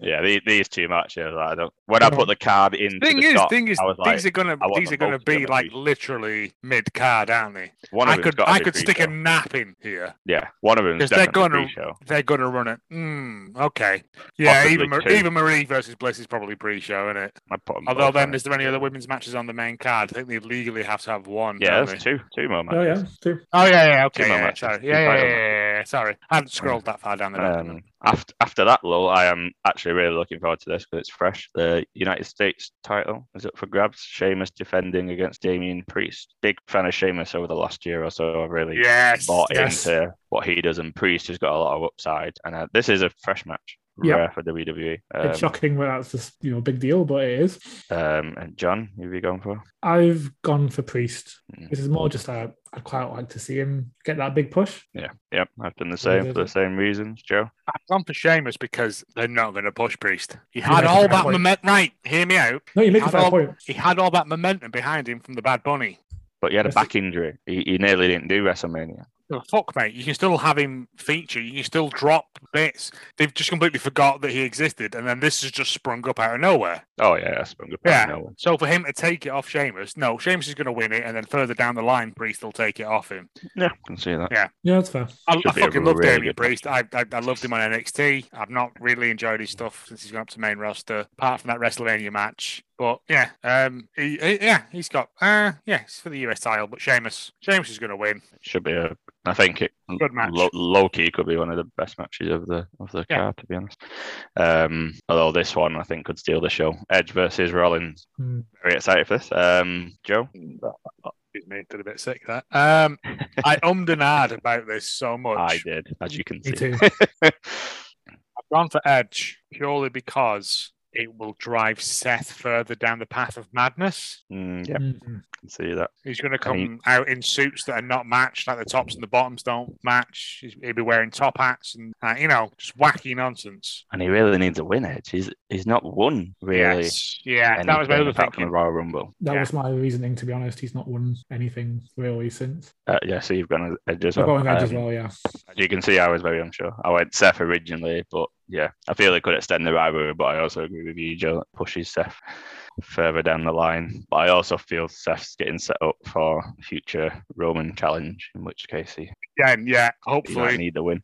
yeah, these, these two matches. I don't. When I
Yeah.
put the card in,
Oh. Thing
the
is,
shop,
thing is,
I was
these
like,
are gonna,
I want
these are
them
gonna
both to
be
get
like
released.
literally mid card, aren't they?
one of
I
them's
could,
gotta
I
be
could stick a
pre-show.
nap in here.
Yeah, one of them
'cause they're
definitely
gonna-
pre-show.
They're gonna run it. Mm, okay, yeah.
Possibly
Eva, Mar-
two.
Eva Marie versus Bliss is probably pre-show, isn't it?
I put 'em
Although
both
then,
on it.
is there any other women's matches on the main card? I think they legally have to have one.
yeah,
don't
there's
they?
two, two more
Oh, yeah.
matches.
True.
Oh yeah, yeah, okay,
Two more
yeah, yeah,
matches,
sorry,
two
yeah, yeah,
title
yeah, yeah, yeah, sorry, I hadn't scrolled that far down the document.
Um, after after that lull, I am actually really looking forward to this because it's fresh. The United States title is up for grabs. Sheamus defending against Damien Priest. Big fan of Sheamus over the last year or so. I've really
Yes,
bought
yes.
into what he does, and Priest has got a lot of upside. And uh, this is a fresh match,
Yep.
rare for WWE. Um,
it's shocking when that's just you know big deal, but it is.
um, and John, who have you gone for?
I've gone for Priest.
Mm.
This is more just I I quite like to see him get that big push.
Yeah, yep. I've done the same for the same reasons, Joe.
I've gone for Sheamus because they're not going to push Priest. He
Yeah,
had
that's
all
a fair
that
point.
momentum. Right, hear me out.
No, you make a
I've
fair
all-
point.
He had all that momentum behind him from the Bad Bunny.
But he had a
Yes, it-
back injury. He, he nearly didn't do WrestleMania.
Oh, Fuck, mate. You can still have him feature. You can still drop bits. They've just completely forgot that he existed, and then this has just sprung up out of nowhere.
Oh yeah, that's been good.
Yeah.
No one.
So for him to take it off Sheamus, no, Sheamus is going to win it, and then further down the line, Priest will take it off him.
Yeah, I can see that.
Yeah, that's fair.
I,
Should
I
be a
fucking love
really
Damien
good
Priest. I, I I loved him on NXT. I've not really enjoyed his stuff since he's gone up to main roster, apart from that WrestleMania match. But yeah, um, he, he- yeah, he's got uh, yeah, it's for the US title. But Sheamus, Sheamus is going to win.
should be a. I think it
Good match.
Low, key could be one of the best matches of the of the
Yeah.
card, to be honest. Um, although this one I think could steal the show. Edge versus Rollins.
Hmm.
Very excited for this. Um,
<laughs>
Joe,
Excuse me, did a bit sick there. Um, I ummed and ahed about this so much.
I
I've
did, as you can see. <laughs>
Me too.
gone for Edge purely because it will drive Seth further down the path of madness.
Mm, yeah,
Mhm.
can see that.
He's going to
I
come
mean-
out in suits that are not matched, like the tops and the bottoms don't match. He's- He'll be wearing top hats and, uh, you know, just wacky nonsense.
And he really needs a win. Edge. He's he's not won really.
Yes. Yeah, that was
anything
my other
apart from the
thinking.
Royal Rumble.
That
Yeah.
was my reasoning, to be honest. He's not won anything really since.
Uh, yeah, so you've gone Edge as
I've
well.
gone with Edge as
Um,
well, yeah.
As you can see, I was very unsure. I went Seth originally, but yeah, I feel they could extend the rivalry, but I also agree with you, Joe, that pushes Seth further down the line. But I also feel Seth's getting set up for future Roman challenge, in which case he,
Again, yeah,
he might
hopefully.
need the win.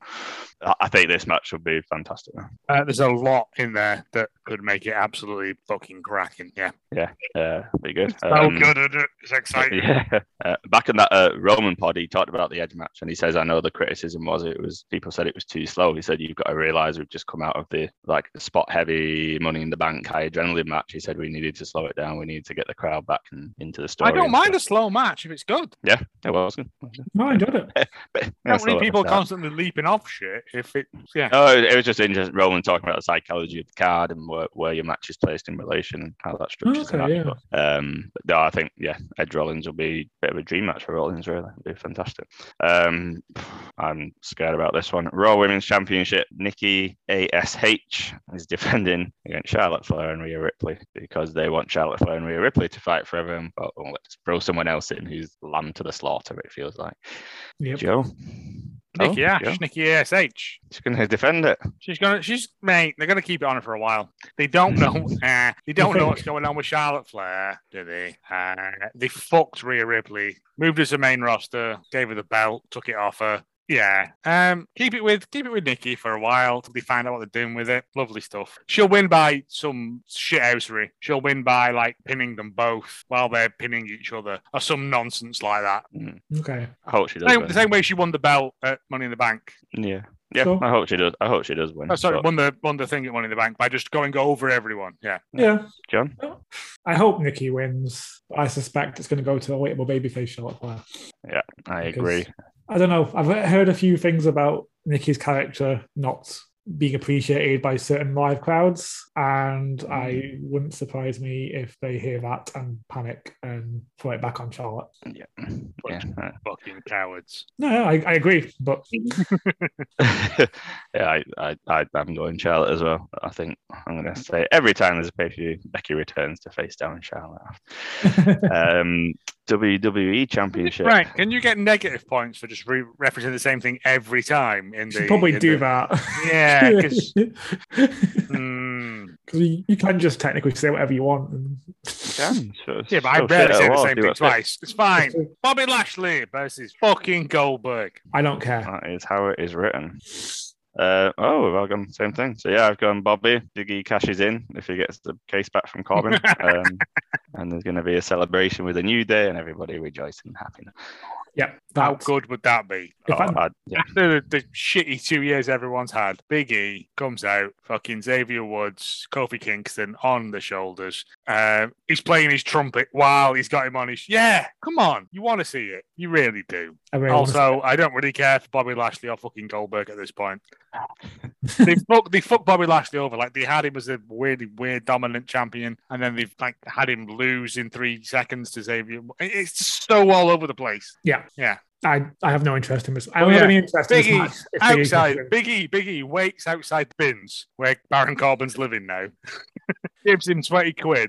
I I think this match will be fantastic.
Uh, there's a lot in there that could make it absolutely fucking cracking. Yeah.
Uh, pretty good.
Oh,
Um,
good. isn't it? It's exciting.
<laughs> Yeah. Uh, back in that uh, Roman pod, he talked about the edge match, and he says, "I know the criticism was it was people said it was too slow." He said, "You've got to realize we've just come out of the like spot heavy Money in the Bank high adrenaline match." He said, "We needed to slow it down. We needed to get the crowd back and into the story."
I don't
and
mind a
stuff."
slow match if it's good.
Yeah, well, it's good.
No, I enjoyed it.
But- yeah,
How
slow
many
it
people
down.
constantly leaping off shit if it? Yeah.
No, it it was just interesting. Roman talking about the psychology of the card and where, where your match is placed in relation and how that structures the match.
Okay, yeah.
Um, but no, I think yeah, Edge Rollins will be a bit of a dream match for Rollins. Really, It'll be fantastic. Um, I'm scared about this one. Raw Women's Championship. Nikki Ash is defending against Charlotte Flair and Rhea Ripley because they want Charlotte Flair and Rhea Ripley to fight for everyone. But oh, let's throw someone else in who's lamb to the slaughter. It feels like
Yep.
Joe.
Nikki
oh,
Ash,
Joe.
Nikki Ash.
She's going to defend it.
She's gonna, she's mate. They're gonna keep it on her for a while. They don't know, <laughs> uh, they don't know what's going on with Charlotte Flair, do they? Uh, they fucked Rhea Ripley, moved her to main roster, gave her the belt, took it off her. Yeah, um, keep it with keep it with Nikki for a while till they find out what they're doing with it. Lovely stuff. She'll win by some shithousery. She'll win by like pinning them both while they're pinning each other or some nonsense like that.
Okay.
I hope she does.
Same,
win.
the same way she won the belt at Money in the Bank.
Yeah. Yeah,
So-
I hope she does. I hope she does win.
Oh, sorry,
but-
won the won the thing at Money in the Bank by just going over everyone. Yeah.
Yeah.
John?
I hope Nikki wins. but I suspect it's going to go to a waitable babyface Charlotte Flair.
I
because-
agree.
I don't know. I've heard a few things about Nikki's character not being appreciated by certain live crowds, and
Mm.
I wouldn't surprise me if they hear that and panic and throw it back on Charlotte.
Yeah. yeah.
Fucking cowards.
No, no, I, I agree, but <laughs>
<laughs> yeah, I, I, I, I'm going Charlotte as well. I think I'm going to say every time there's a pay per view, Becky returns to face down
<laughs>
Charlotte. um, WWE Championship.
Right. Can you get negative points for just re- referencing the same thing every time? In the
should probably
in
do
the-
that. <laughs>
Yeah. hmm. Because
you, you can just technically say whatever you want. And... <laughs>
Damn, so-
yeah, but
so
I barely
Oh, shit it
say the
was,
same
do
thing
what I
twice. It's fine. Bobby Lashley versus fucking Goldberg.
I don't care.
said. That is how it is written. Uh, oh, we've all gone the same thing. So yeah, I've gone Bobby. Diggy cashes in if he gets the case back from Corbin, um, and there's going to be a celebration with a new day and everybody rejoicing and happy.
Yeah,
How
that's
good would that be?
If
Oh,
I'm-
I- yeah.
After the, the shitty two years everyone's had, Big E comes out, fucking Xavier Woods, Kofi Kingston on the shoulders. Um, he's playing his trumpet while he's got him on his. Yeah, come on. You want to see it. You really do.
I really wanna-
Also, I don't really care for Bobby Lashley or fucking Goldberg at
<laughs>
this point. they fuck they fuck Bobby Lashley over. Like they had him as a weirdly weird dominant champion, and then they've like had him lose in three seconds to Xavier. It- It's just so all over the place.
Yeah.
Yeah.
I, I have no interest in this. I don't have
Oh, yeah.
any interest in this
Biggie,
match. if Biggie comes
Outside,
in.
Biggie, Biggie waits outside the bins where Baron Corbin's living now. <laughs> Gives him twenty quid